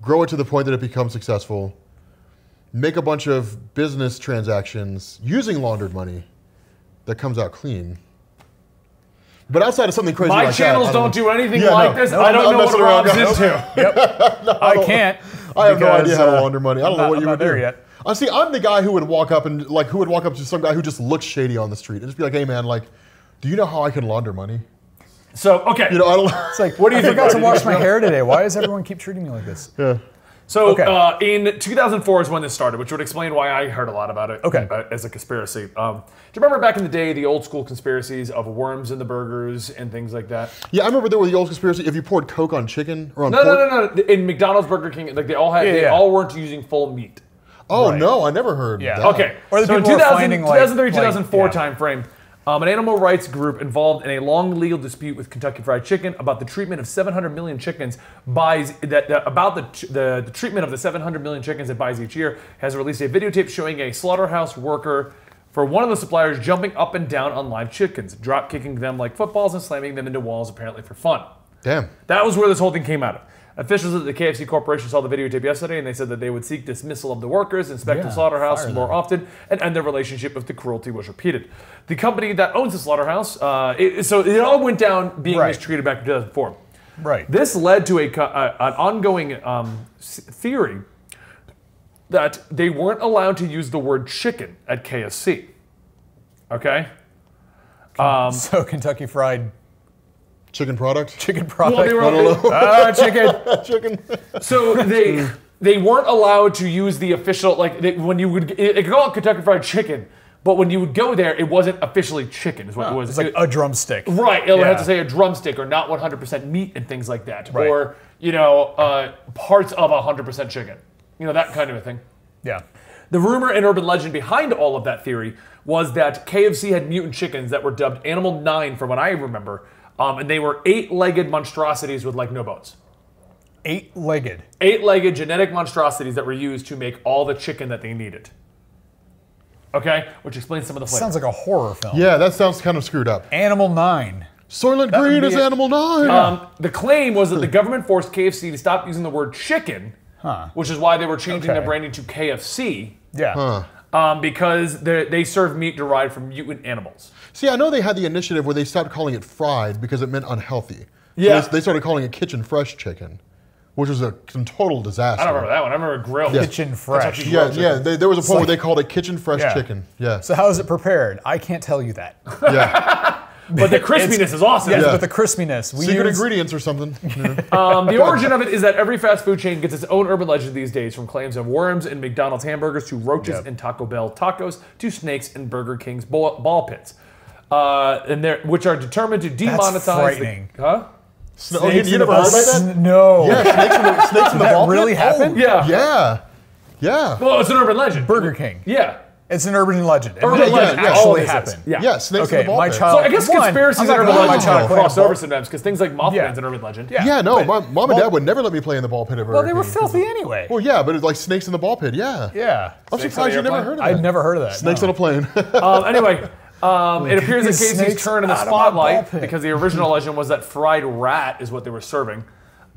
Speaker 4: grow it to the point that it becomes successful, make a bunch of business transactions using laundered money that comes out clean. But outside of something crazy
Speaker 3: My
Speaker 4: like that,
Speaker 3: channels
Speaker 4: I
Speaker 3: don't do anything
Speaker 4: Yeah,
Speaker 3: like
Speaker 4: no.
Speaker 3: this.
Speaker 4: No,
Speaker 3: I don't
Speaker 4: I'm
Speaker 3: know what
Speaker 4: messing around.
Speaker 3: Rob's
Speaker 4: No.
Speaker 3: into.
Speaker 2: I can't.
Speaker 4: I have no
Speaker 2: because,
Speaker 4: idea how to
Speaker 2: uh,
Speaker 4: launder money. I don't
Speaker 2: I'm
Speaker 4: know
Speaker 2: not-
Speaker 4: what
Speaker 2: I'm
Speaker 4: you
Speaker 2: not
Speaker 4: would
Speaker 2: there
Speaker 4: do.
Speaker 2: yet.
Speaker 4: I see. I'm the guy who would walk up and like who would walk up to some guy who just looks shady on the street and just be like, "Hey, man, like, do you know how I can launder money?
Speaker 3: So okay.
Speaker 4: You know, I don't."
Speaker 2: It's like, what do you I
Speaker 3: think,
Speaker 2: forgot to
Speaker 3: Rob?
Speaker 2: wash my hair today. Why does everyone keep treating me like this?
Speaker 3: So
Speaker 2: Okay.
Speaker 3: uh, in 2004 is when this started, which would explain why I heard a lot about it.
Speaker 2: Okay.
Speaker 3: uh, as a conspiracy. Um, do you remember back in the day the old school conspiracies of worms in the burgers and things like that?
Speaker 4: Yeah, I remember there was the old conspiracy. If you poured Coke on chicken or on
Speaker 3: No,
Speaker 4: pork,
Speaker 3: no, no, no. In McDonald's, Burger King, like they all had,
Speaker 2: Yeah,
Speaker 3: they
Speaker 2: yeah.
Speaker 3: all weren't using full meat.
Speaker 4: oh no, I never heard.
Speaker 2: Yeah.
Speaker 4: That.
Speaker 3: Okay.
Speaker 2: Uh-huh. Or the
Speaker 3: so in
Speaker 2: people who are
Speaker 3: 2000
Speaker 2: finding, like-
Speaker 3: 2003,
Speaker 2: like,
Speaker 3: 2004
Speaker 2: yeah.
Speaker 3: time frame, um, an animal rights group involved in a long legal dispute with Kentucky Fried Chicken about the treatment of 700 million chickens buys that, that- about the, ch- the the treatment of the 700 million chickens it buys each year has released a videotape showing a slaughterhouse worker for one of the suppliers jumping up and down on live chickens, drop kicking them like footballs and slamming them into walls apparently for fun.
Speaker 4: Damn.
Speaker 3: That was where this whole thing came out of. Officials at the KFC Corporation saw the videotape yesterday and they said that they would seek dismissal of the workers, inspect the
Speaker 2: Yeah,
Speaker 3: slaughterhouse
Speaker 2: fire
Speaker 3: more
Speaker 2: them.
Speaker 3: often, and end their relationship if the cruelty was repeated. The company that owns the slaughterhouse, uh, it- so it all went down being
Speaker 2: Right.
Speaker 3: mistreated back in 2004.
Speaker 2: Right.
Speaker 3: This led to a, co- uh, an ongoing um, s- theory that they weren't allowed to use the word chicken at KFC. Okay?
Speaker 2: so Kentucky Fried
Speaker 4: Chicken product.
Speaker 2: Chicken product.
Speaker 3: Well, they were-
Speaker 2: Ah, chicken.
Speaker 4: Chicken.
Speaker 3: So they they weren't allowed to use the official like they, when you would it, it could call it Kentucky Fried Chicken, but when you would go there, it wasn't officially chicken. Is what it was.
Speaker 2: It's like
Speaker 3: It-
Speaker 2: a drumstick.
Speaker 3: right. It would have
Speaker 2: Oh, Yeah.
Speaker 3: to say a drumstick or not 100% meat and things like that,
Speaker 2: Right.
Speaker 3: or you know uh, parts of 100% chicken. You know that kind of a thing.
Speaker 2: Yeah.
Speaker 3: The rumor and urban legend behind all of that theory was that KFC had mutant chickens that were dubbed Animal Nine, from what I remember, um, and they were eight-legged monstrosities with like no bones.
Speaker 2: Eight legged.
Speaker 3: eight-legged genetic monstrosities that were used to make all the chicken that they needed. Okay, which explains some of the flavor.
Speaker 2: Sounds like a horror film.
Speaker 4: Yeah, that sounds kind of screwed up.
Speaker 2: Animal Nine.
Speaker 4: Soylent Green
Speaker 2: be
Speaker 4: is
Speaker 2: it.
Speaker 4: Animal Nine.
Speaker 3: Um, the claim was that the government forced KFC to stop using the word chicken, which is why they were changing their
Speaker 2: Okay.
Speaker 3: branding to KFC
Speaker 2: Yeah.
Speaker 3: um, because they they serve meat derived from mutant animals.
Speaker 4: See, I know they had the initiative where they stopped calling it fried because it meant unhealthy. So
Speaker 3: Yeah.
Speaker 4: they- they started calling it kitchen fresh chicken, which was a total disaster.
Speaker 3: I don't remember that one. I remember grilled.
Speaker 2: Kitchen fresh.
Speaker 3: actually-
Speaker 4: Yeah, yeah. They, there was a point
Speaker 2: like-
Speaker 4: where they called it kitchen fresh
Speaker 2: Yeah.
Speaker 4: chicken. Yeah.
Speaker 2: So how is it prepared? I can't tell you that.
Speaker 4: yeah.
Speaker 3: But the crispiness is awesome.
Speaker 2: Yes,
Speaker 4: Yeah.
Speaker 2: but the crispiness. We
Speaker 4: Secret
Speaker 2: use-
Speaker 4: ingredients or something. Yeah.
Speaker 3: Um, the origin of it is that every fast food chain gets its own urban legend these days, from claims of worms in McDonald's hamburgers to roaches
Speaker 2: Yep.
Speaker 3: in Taco Bell tacos to snakes in Burger King's ball, ball pits, uh, and they're- which are determined to demonetize. the-
Speaker 2: frightening.
Speaker 3: huh?
Speaker 4: Sna- oh, you,
Speaker 2: Snakes
Speaker 4: you
Speaker 2: in
Speaker 4: never
Speaker 2: the-
Speaker 4: heard about that?
Speaker 2: Sn- No.
Speaker 4: Yeah, snakes in the, snakes in the
Speaker 2: That
Speaker 4: ball pit?
Speaker 2: really happened?
Speaker 3: Yeah.
Speaker 4: Yeah. Yeah.
Speaker 3: Well, Oh, it's an urban legend.
Speaker 2: Burger King.
Speaker 3: Yeah.
Speaker 2: It's an urban legend. It
Speaker 3: Urban
Speaker 2: really
Speaker 4: legend, yeah.
Speaker 2: Actually
Speaker 3: Always
Speaker 2: happened.
Speaker 3: is. Yeah.
Speaker 4: Yeah, snakes in
Speaker 2: Okay,
Speaker 4: the ball
Speaker 2: my
Speaker 4: pit.
Speaker 2: child-
Speaker 3: So I guess
Speaker 2: One,
Speaker 3: conspiracies
Speaker 2: I'm
Speaker 3: and
Speaker 2: not
Speaker 3: urban
Speaker 2: gonna let my
Speaker 3: legends
Speaker 2: child play
Speaker 3: cross
Speaker 2: ball.
Speaker 3: over sometimes because things like Mop
Speaker 2: Yeah.
Speaker 3: Man's an urban legend.
Speaker 2: Yeah.
Speaker 4: Yeah, no,
Speaker 2: but-
Speaker 4: my mom and dad would never let me play in the ball pit at Burger
Speaker 2: Well, they were
Speaker 4: King.
Speaker 2: filthy anyway.
Speaker 4: Well, yeah, but it's like snakes in the ball pit. Oh, Yeah.
Speaker 2: yeah.
Speaker 4: I'm
Speaker 3: Snakes on
Speaker 4: surprised
Speaker 3: the
Speaker 4: you never
Speaker 3: airplane?
Speaker 4: heard of that.
Speaker 2: I'd never heard of that.
Speaker 4: snakes
Speaker 2: no.
Speaker 4: on a plane.
Speaker 3: Um, anyway, um, it appears that
Speaker 2: Snakes
Speaker 3: Casey's turn in the
Speaker 2: out of my ball
Speaker 3: spotlight
Speaker 2: pit.
Speaker 3: because the original legend was that fried rat is what they were serving.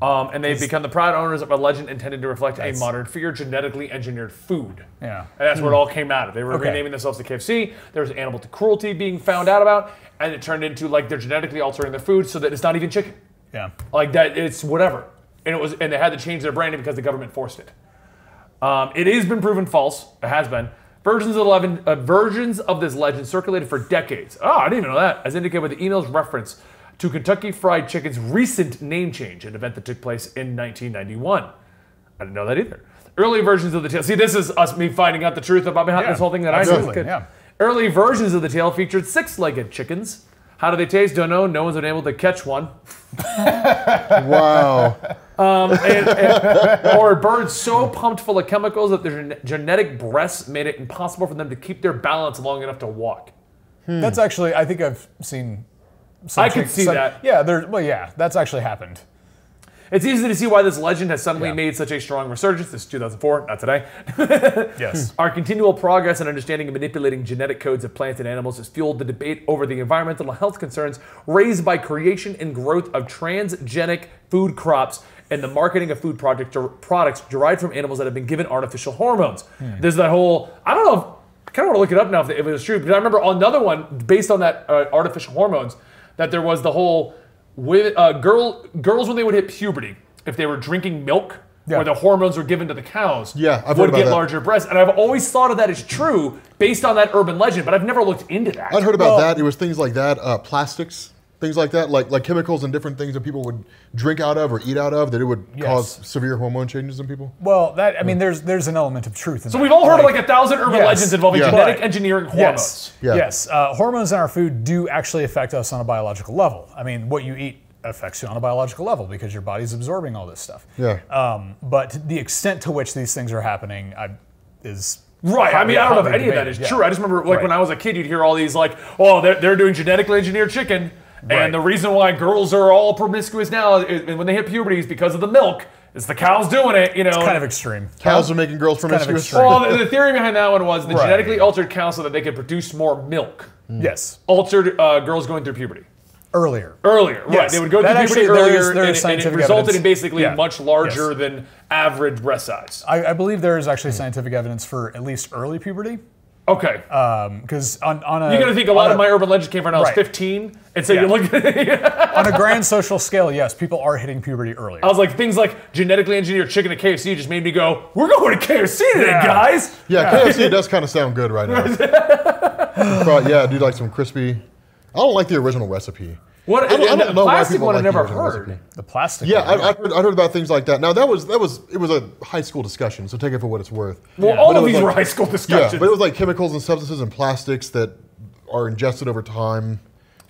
Speaker 3: Um, and they've become the proud owners of a legend intended to reflect a modern fear, genetically engineered food.
Speaker 2: Yeah. Hmm.
Speaker 3: And that's where it all came out of. They were
Speaker 2: Okay.
Speaker 3: renaming themselves to KFC. There was animal cruelty being found out about, and it turned into like they're genetically altering their food so that it's not even chicken.
Speaker 2: Yeah.
Speaker 3: Like that, it's whatever. And it was, and they had to change their branding because the government forced it. Um, it has been proven false. It has been. Versions of, 11, uh, versions of this legend circulated for decades. Oh, I didn't even know that. As indicated by the email's reference to Kentucky Fried Chicken's recent name change, an event that took place in 1991. I didn't know that either. Early versions of the tale. See, this is us me finding out the truth about behind
Speaker 2: Yeah,
Speaker 3: this whole thing that I knew.
Speaker 2: absolutely, yeah.
Speaker 3: Early versions of the tale featured six-legged chickens. How do they taste? Don't know. No one's been able to catch one.
Speaker 4: wow.
Speaker 3: and, and- or birds so pumped full of chemicals that their gen- genetic breasts made it impossible for them to keep their balance long enough to walk.
Speaker 2: That's
Speaker 4: hmm.
Speaker 2: actually. I think I've seen. Some
Speaker 3: I could
Speaker 2: chick-
Speaker 3: see
Speaker 2: some-
Speaker 3: that.
Speaker 2: Yeah. There. Well, yeah. That's actually happened.
Speaker 3: It's easy to see why this legend has suddenly
Speaker 2: Yeah.
Speaker 3: made such a strong resurgence. This is 2004, not today.
Speaker 2: Yes.
Speaker 3: Our continual progress in understanding and manipulating genetic codes of plants and animals has fueled the debate over the environmental and health concerns raised by creation and growth of transgenic food crops and the marketing of food project products derived from animals that have been given artificial hormones.
Speaker 4: Hmm.
Speaker 3: There's that whole, I don't know if, I kind of want to look it up now if, if it was true, because I remember another one based on that uh, artificial hormones that there was the whole with uh, girl girls when they would hit puberty if they were drinking milk
Speaker 2: Yeah.
Speaker 3: where the hormones were given to the cows
Speaker 4: Yeah, I've heard
Speaker 3: would
Speaker 4: about
Speaker 3: get
Speaker 4: that.
Speaker 3: larger breasts. And I've always thought of that as true based on that urban legend, but I've never looked into that.
Speaker 4: I'd heard
Speaker 2: Well-
Speaker 4: about that. It was things like that, uh, plastics, things like that, like like chemicals and different things that people would drink out of or eat out of that it would
Speaker 2: Yes. Uh,
Speaker 4: cause severe hormone changes in people.
Speaker 2: Well, that. I
Speaker 4: Hmm.
Speaker 2: mean, there's there's an element of truth in
Speaker 3: so we've all heard of like a thousand urban
Speaker 2: Yes.
Speaker 3: legends involving
Speaker 4: Yeah.
Speaker 3: genetic
Speaker 2: But-
Speaker 3: engineering hormones.
Speaker 2: Yes.
Speaker 4: Yeah.
Speaker 2: Yes. Uh, hormones in our food do actually affect us on a biological level. I mean, what you eat affects you on a biological level because your body's absorbing all this stuff.
Speaker 4: Yeah.
Speaker 2: Um, but the extent to which these things are happening I, is
Speaker 3: Right. I mean, I don't know if
Speaker 2: hotly
Speaker 3: any of that is
Speaker 2: debated, yeah.
Speaker 3: true. I just remember like
Speaker 2: Right.
Speaker 3: when I was a kid, you'd hear all these like, oh, they're, they're doing genetically engineered chicken.
Speaker 2: Right.
Speaker 3: And the reason why girls are all promiscuous now is, and when they hit puberty is because of the milk. It's the cows doing it, you know.
Speaker 2: kind of extreme.
Speaker 4: Cows are making girls
Speaker 2: kind of
Speaker 4: promiscuous.
Speaker 2: extreme.
Speaker 3: well, the, the theory behind that one was the
Speaker 2: Right.
Speaker 3: genetically altered cow so that they could produce more milk.
Speaker 2: Yes.
Speaker 3: Altered uh, girls going through puberty.
Speaker 2: Earlier.
Speaker 3: earlier, right?
Speaker 2: Yes.
Speaker 3: They would go through
Speaker 2: That
Speaker 3: puberty
Speaker 2: actually- there
Speaker 3: earlier,
Speaker 2: is- there is
Speaker 3: and, it- and it
Speaker 2: scientific
Speaker 3: resulted in
Speaker 2: evidence.
Speaker 3: basically
Speaker 2: Yeah.
Speaker 3: much larger
Speaker 2: Yes.
Speaker 3: than average breast size.
Speaker 2: I, I believe there is
Speaker 3: Hmm.
Speaker 2: actually scientific evidence for at least early puberty.
Speaker 3: Okay,
Speaker 2: Uh, Because on, on a
Speaker 3: you're gonna think a lot
Speaker 2: on
Speaker 3: of my urban legends came from when I was
Speaker 2: Right.
Speaker 3: 15, and so
Speaker 2: Yeah.
Speaker 3: you look at it,
Speaker 2: on a grand social scale, yes, people are hitting puberty earlier.
Speaker 3: I was like things like genetically engineered chicken at KFC just made me go, "We're going to KFC today,
Speaker 2: Yeah.
Speaker 3: guys."
Speaker 4: Yeah, KFC does kind of sound good right now. Probably- yeah, I do like some crispy. I don't like the original recipe.
Speaker 3: What?
Speaker 4: I don't, I
Speaker 3: and the
Speaker 4: don't know why
Speaker 3: plastic
Speaker 4: people
Speaker 3: one
Speaker 4: like
Speaker 3: I
Speaker 4: the
Speaker 3: never
Speaker 4: original
Speaker 3: heard.
Speaker 4: recipe.
Speaker 2: the plastic.
Speaker 4: Yeah,
Speaker 2: one,
Speaker 4: I, I, heard, I heard about things like that. Now that was that was it was a high school discussion, so take it for what it's worth.
Speaker 3: Well,
Speaker 4: But
Speaker 3: all
Speaker 4: it
Speaker 3: of
Speaker 4: was
Speaker 3: these were
Speaker 4: like-
Speaker 3: high school
Speaker 4: Yeah,
Speaker 3: discussions.
Speaker 4: but it was like chemicals and substances and plastics that are ingested over time,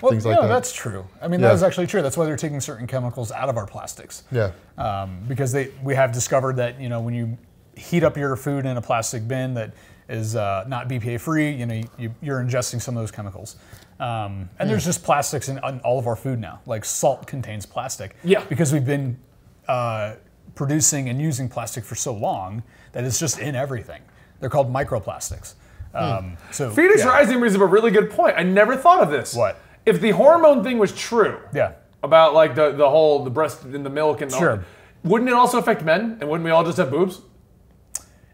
Speaker 2: Well,
Speaker 4: things like
Speaker 2: no,
Speaker 4: that.
Speaker 2: that's true. I mean,
Speaker 4: Yeah.
Speaker 2: that is actually true. That's why they're taking certain chemicals out of our plastics.
Speaker 4: yeah,
Speaker 2: Um, because they we have discovered that you know when you heat up your food in a plastic bin that is uh, not BPA free, you know you, you're ingesting some of those chemicals. Um, and
Speaker 4: Hmm.
Speaker 2: there's just plastics in, in all of our food now. Like salt contains plastic.
Speaker 3: Yeah.
Speaker 2: Because we've been uh, producing and using plastic for so long that it's just in everything. They're called microplastics. Um, So
Speaker 4: Hmm.
Speaker 3: Phoenix
Speaker 2: yeah.
Speaker 3: Rising brings up a really good point. I never thought of this.
Speaker 2: What?
Speaker 3: if the hormone thing was true,
Speaker 2: Yeah.
Speaker 3: about like the the whole the breast and the milk and all-
Speaker 2: Sure.
Speaker 3: wouldn't it also affect men? And wouldn't we all just have boobs?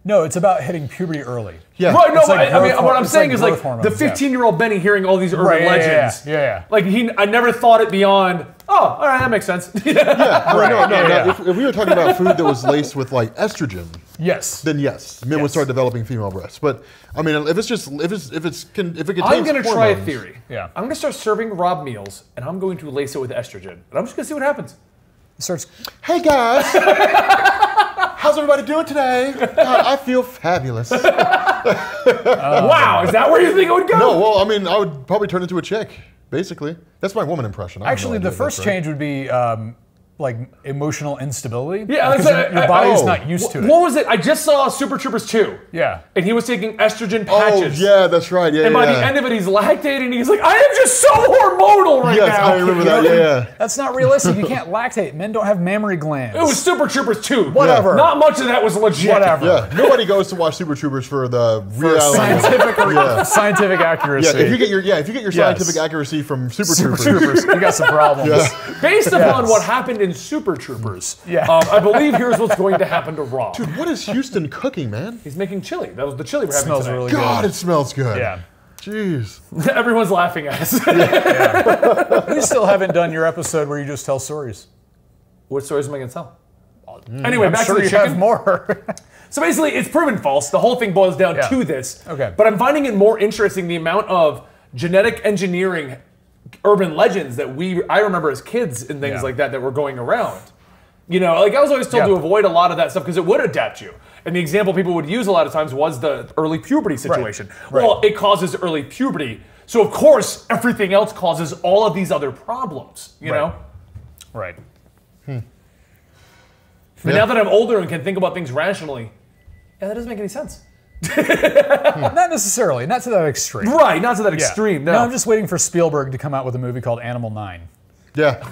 Speaker 2: No, it's about hitting puberty early.
Speaker 4: Yeah.
Speaker 3: Right, no,
Speaker 2: It's like
Speaker 3: but I- I
Speaker 2: growth
Speaker 3: mean, what
Speaker 2: hor-
Speaker 3: I'm
Speaker 2: it's
Speaker 3: saying
Speaker 2: like
Speaker 3: is like
Speaker 2: growth hormones,
Speaker 3: the
Speaker 2: yeah.
Speaker 3: 15 year old Benny hearing all these urban
Speaker 2: Right, yeah, yeah, yeah,
Speaker 3: legends.
Speaker 2: yeah, yeah.
Speaker 3: Like he, I never thought it beyond. Oh, all right, that makes sense.
Speaker 4: Yeah, no, no, no,
Speaker 2: yeah,
Speaker 4: no. If, if we were talking about food that was laced with like estrogen,
Speaker 2: Yes.
Speaker 4: then yes, men
Speaker 2: Yes.
Speaker 4: would start developing female breasts. But I mean, if it's just if it's if it's can, if it contains
Speaker 3: I'm gonna try a
Speaker 4: hormones-
Speaker 3: theory.
Speaker 2: Yeah.
Speaker 3: I'm gonna start serving Rob meals, and I'm going to lace it with estrogen, and I'm just gonna see what happens.
Speaker 2: It starts
Speaker 4: Hey guys, how's everybody doing today? God, I feel fabulous. No,
Speaker 2: Oh.
Speaker 3: wow, is that where you think it would go?
Speaker 4: well, I mean, I would probably turn into a chick. Basically, that's my woman impression. I have no
Speaker 2: Actually,
Speaker 4: idea
Speaker 2: the
Speaker 4: if
Speaker 2: first
Speaker 4: that's right.
Speaker 2: change would be um, like emotional instability.
Speaker 3: Yeah,
Speaker 2: because
Speaker 3: like I
Speaker 2: your,
Speaker 3: said,
Speaker 2: your
Speaker 3: I- I-
Speaker 2: body's
Speaker 4: oh.
Speaker 2: not used
Speaker 3: Wh-
Speaker 2: to
Speaker 3: what,
Speaker 2: it.
Speaker 3: was it? I just saw Super Troopers 2.
Speaker 2: yeah,
Speaker 3: And he was taking estrogen
Speaker 4: Oh
Speaker 3: patches.
Speaker 4: yeah, that's right. Yeah,
Speaker 3: And by
Speaker 4: yeah.
Speaker 3: the end of it, he's lactating, and he's like, I am just so hormonal right
Speaker 4: yes,
Speaker 3: now.
Speaker 4: I remember that. Yeah, yeah.
Speaker 2: that's not realistic. You can't lactate. Men don't have mammary glands.
Speaker 3: It was Super Troopers 2.
Speaker 2: Whatever.
Speaker 3: Not much of that was legit.
Speaker 2: Whatever.
Speaker 4: Yeah, nobody goes to watch Super Troopers for the reality.
Speaker 2: scientific,
Speaker 4: Yeah.
Speaker 2: scientific accuracy.
Speaker 4: Yeah, if you get your yeah, if you get your
Speaker 2: Yes.
Speaker 4: scientific accuracy from Super,
Speaker 2: Super
Speaker 4: Troopers,
Speaker 2: troopers, you got some problems.
Speaker 3: Based upon what happened in Super Troopers,
Speaker 2: Yeah.
Speaker 3: um, I believe here's what's going to happen to Rob.
Speaker 4: Dude, what is Houston cooking, man?
Speaker 3: He's making chili. That was the chili we're having
Speaker 2: Smells
Speaker 3: tonight.
Speaker 2: really
Speaker 4: God, it smells good.
Speaker 2: good. Yeah.
Speaker 4: Jeez.
Speaker 3: Everyone's laughing at us.
Speaker 2: We still haven't done your episode where you just tell stories.
Speaker 3: what stories am I going to tell? Mm, Anyway, back
Speaker 2: sure
Speaker 3: to the
Speaker 2: you
Speaker 3: chicken.
Speaker 2: have more.
Speaker 3: So basically, it's proven false. The whole thing boils down
Speaker 2: Yeah.
Speaker 3: to this.
Speaker 2: Okay.
Speaker 3: But I'm finding it more interesting the amount of genetic engineering, urban legends that we I remember as kids and things
Speaker 2: Yeah.
Speaker 3: like that that were going around. You know, like I was always told
Speaker 2: Yeah.
Speaker 3: to avoid a lot of that stuff because it would adapt you. And the example people would use a lot of times was the early puberty situation.
Speaker 2: Right.
Speaker 3: Well, it causes early puberty, so of course everything else causes all of these other problems. You
Speaker 2: Right.
Speaker 3: know.
Speaker 2: right.
Speaker 3: But now that I'm older and can think about things rationally, yeah, that doesn't make any sense.
Speaker 2: Not necessarily. Not to that extreme.
Speaker 3: Right, not to that
Speaker 2: Yeah.
Speaker 3: extreme.
Speaker 2: No, I'm just waiting for Spielberg to come out with a movie called Animal Nine.
Speaker 4: Yeah.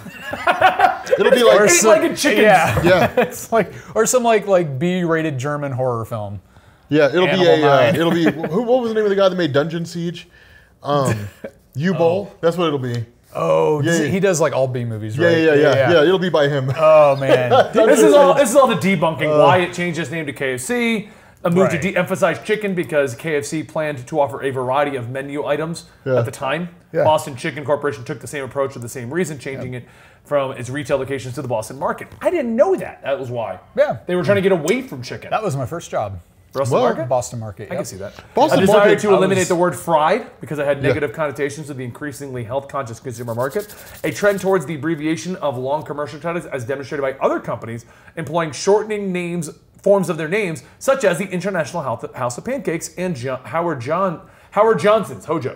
Speaker 4: It'll be like
Speaker 3: It's like a chicken.
Speaker 2: Yeah.
Speaker 4: yeah,
Speaker 2: It's like or some like like B-rated German horror film.
Speaker 4: yeah. It'll be
Speaker 2: Animal
Speaker 4: a uh,
Speaker 2: Nine.
Speaker 4: it'll be who? What was the name of the guy that made Dungeon Siege? Um, U Bowl. That's what it'll be.
Speaker 2: Oh,
Speaker 4: Yeah,
Speaker 2: does-
Speaker 4: yeah.
Speaker 2: he does like all B movies,
Speaker 4: Yeah,
Speaker 2: right?
Speaker 4: yeah, yeah, yeah. Uh, it'll be by him.
Speaker 2: Oh man.
Speaker 3: This is all. This is all the debunking.
Speaker 2: Uh,
Speaker 3: why it changed its name to KFC. A move to
Speaker 2: Right.
Speaker 3: de-emphasize chicken because KFC planned to offer a variety of menu items
Speaker 4: Yeah.
Speaker 3: at the time.
Speaker 4: Yeah.
Speaker 3: Boston Chicken Corporation took the same approach for the same reason, changing it from its retail locations to the Boston market. I didn't know that. That was why.
Speaker 2: Yeah.
Speaker 3: They were trying to get away from chicken.
Speaker 2: that was my first job.
Speaker 3: Boston
Speaker 4: well,
Speaker 3: market.
Speaker 2: Boston Market.
Speaker 3: I
Speaker 2: yep.
Speaker 3: can see that.
Speaker 4: Boston
Speaker 3: I decided
Speaker 4: market,
Speaker 3: to
Speaker 4: I
Speaker 3: eliminate
Speaker 4: was-
Speaker 3: the word fried because I had negative connotations with the increasingly health-conscious consumer market. A trend towards the abbreviation of long commercial titles, as demonstrated by other companies employing shortening names, forms of their names, such as the International Health- House of Pancakes and jo- Howard John Howard Johnson's Hojo.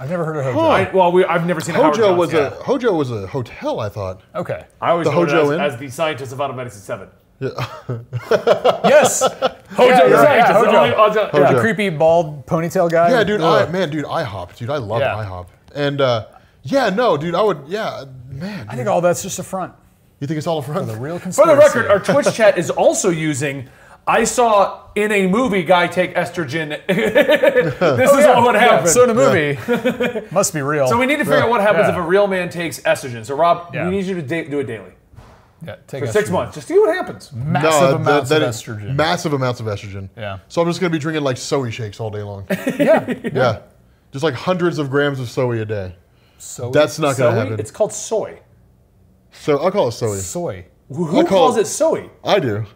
Speaker 2: I've never heard of Hojo.
Speaker 3: I, well, we, I've never seen a Howard
Speaker 4: Hojo
Speaker 3: Johnson.
Speaker 4: was
Speaker 3: Yeah.
Speaker 4: a Hojo was a hotel. I thought.
Speaker 2: Okay.
Speaker 3: I always
Speaker 4: the
Speaker 3: know it
Speaker 4: Hojo Inn?
Speaker 3: as, as the scientist of automedicine Seven.
Speaker 2: Yes. Hojo.
Speaker 3: Yeah,
Speaker 2: you're right,
Speaker 3: scientist.
Speaker 2: Hojo.
Speaker 3: Oh, yeah, Hojo.
Speaker 2: Yeah, the
Speaker 4: Hojo.
Speaker 2: creepy bald ponytail guy.
Speaker 4: Yeah, dude. I,
Speaker 2: Ugh.
Speaker 4: man, dude. IHOP, dude. I love
Speaker 2: Yeah.
Speaker 4: IHOP. And uh, yeah, no, dude. I would. Yeah, man.
Speaker 2: I
Speaker 4: dude.
Speaker 2: think all that's just a front.
Speaker 4: you think it's all a front?
Speaker 2: The real
Speaker 3: For
Speaker 2: conspiracy.
Speaker 3: the record, our Twitch chat is also using. I saw in a movie guy take estrogen. this is all what
Speaker 2: Yeah,
Speaker 3: happened.
Speaker 2: So
Speaker 3: So,
Speaker 2: in a movie, must be real.
Speaker 3: we need to figure out what happens
Speaker 2: Yeah.
Speaker 3: if a real man takes estrogen. So Rob,
Speaker 2: Yeah.
Speaker 3: we need you to da- do it daily
Speaker 2: yeah, take
Speaker 3: for six
Speaker 2: estrogen.
Speaker 3: months. Just see what happens.
Speaker 2: Massive
Speaker 4: that-
Speaker 2: amounts
Speaker 4: that
Speaker 2: of
Speaker 4: is
Speaker 2: estrogen.
Speaker 4: Massive amounts of estrogen.
Speaker 2: Yeah.
Speaker 4: So I'm just gonna be drinking like soy shakes all day long.
Speaker 2: yeah.
Speaker 4: yeah. Just like hundreds of grams of soy a day.
Speaker 2: So
Speaker 4: That's not gonna
Speaker 3: Soy.
Speaker 4: happen.
Speaker 3: It's called soy.
Speaker 4: so I'll call it soy.
Speaker 2: soy.
Speaker 3: Who, who
Speaker 4: call-
Speaker 3: calls it soy?
Speaker 4: I do.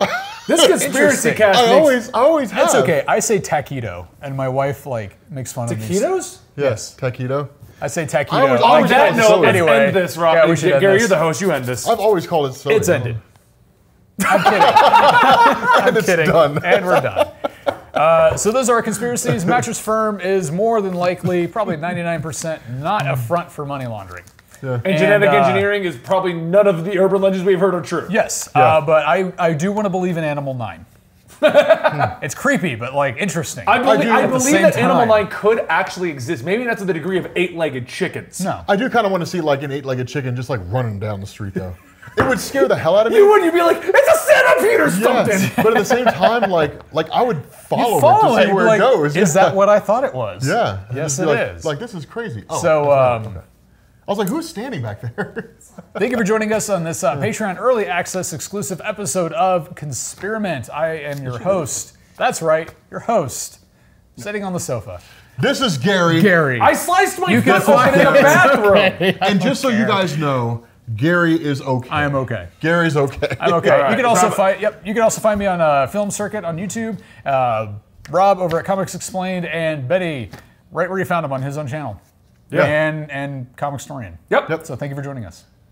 Speaker 3: This conspiracy
Speaker 2: Interesting.
Speaker 3: cast
Speaker 4: I
Speaker 3: makes
Speaker 4: always, I always have.
Speaker 2: That's okay. I say taquito, and my wife like makes fun of me.
Speaker 3: taquitos.
Speaker 4: Yes, taquito.
Speaker 2: I say taquito.
Speaker 4: I always-
Speaker 2: Like,
Speaker 4: always
Speaker 3: On that
Speaker 4: called
Speaker 3: note,
Speaker 4: soy.
Speaker 3: Uh, let's
Speaker 2: Anyway,
Speaker 3: end this, Rob.
Speaker 2: yeah, we should end
Speaker 3: Gary,
Speaker 2: this.
Speaker 3: you're the host. You end this.
Speaker 4: I've always called it soy.
Speaker 2: it's ended. I'm kidding. I'm kidding.
Speaker 4: done.
Speaker 2: And we're done. Uh, so those are our conspiracies. Mattress Firm is more than likely, probably 99%, not a front for money laundering.
Speaker 3: and genetic
Speaker 2: and, uh,
Speaker 3: engineering is probably none of the urban legends we've heard are true.
Speaker 2: Yes,
Speaker 4: Yeah.
Speaker 2: uh, but I, I do want to believe in Animal Nine.
Speaker 4: Hmm.
Speaker 2: it's creepy, but like interesting.
Speaker 3: I believe,
Speaker 4: do
Speaker 3: I
Speaker 4: at the
Speaker 3: believe
Speaker 2: same
Speaker 3: that Animal
Speaker 2: time.
Speaker 3: Nine could actually exist. Maybe not to the degree of eight-legged chickens.
Speaker 2: no.
Speaker 4: I do kind of want to see like an eight-legged chicken just like running down the street though. It would scare the hell out of me.
Speaker 3: You would. You'd be like, it's a centipede or something.
Speaker 4: Yes, but at the same time, like, like I would follow,
Speaker 2: follow
Speaker 4: it to see
Speaker 2: it,
Speaker 4: where
Speaker 2: like,
Speaker 4: it goes.
Speaker 2: Is
Speaker 4: Yeah.
Speaker 2: that what I thought it was?
Speaker 4: Yeah.
Speaker 2: Yes,
Speaker 4: Just be
Speaker 2: it
Speaker 4: like,
Speaker 2: is.
Speaker 4: Like this is crazy. Oh,
Speaker 2: So,
Speaker 4: that's
Speaker 2: um,
Speaker 4: not- okay. I was like, who's standing back there?
Speaker 2: Thank you for joining us on this uh, Patreon early access exclusive episode of Conspirament. I am your host. That's right, your host. Sitting on the sofa.
Speaker 4: this is Gary.
Speaker 2: Gary.
Speaker 3: I sliced my
Speaker 2: You can
Speaker 3: foot open in a
Speaker 2: find it.
Speaker 3: bathroom.
Speaker 4: And just so you guys know, Gary is okay.
Speaker 2: I am okay.
Speaker 4: Gary's okay.
Speaker 2: I'm okay.
Speaker 3: Alright,
Speaker 2: You can
Speaker 3: it's
Speaker 2: also
Speaker 3: not-
Speaker 2: find yep. You can also find me on uh, Film Circuit on YouTube. Uh, Rob over at Comics Explained and Betty, right where you found him on his own channel.
Speaker 3: Yeah.
Speaker 2: And and Comic Storian.
Speaker 3: Yep.
Speaker 2: So thank you for joining us.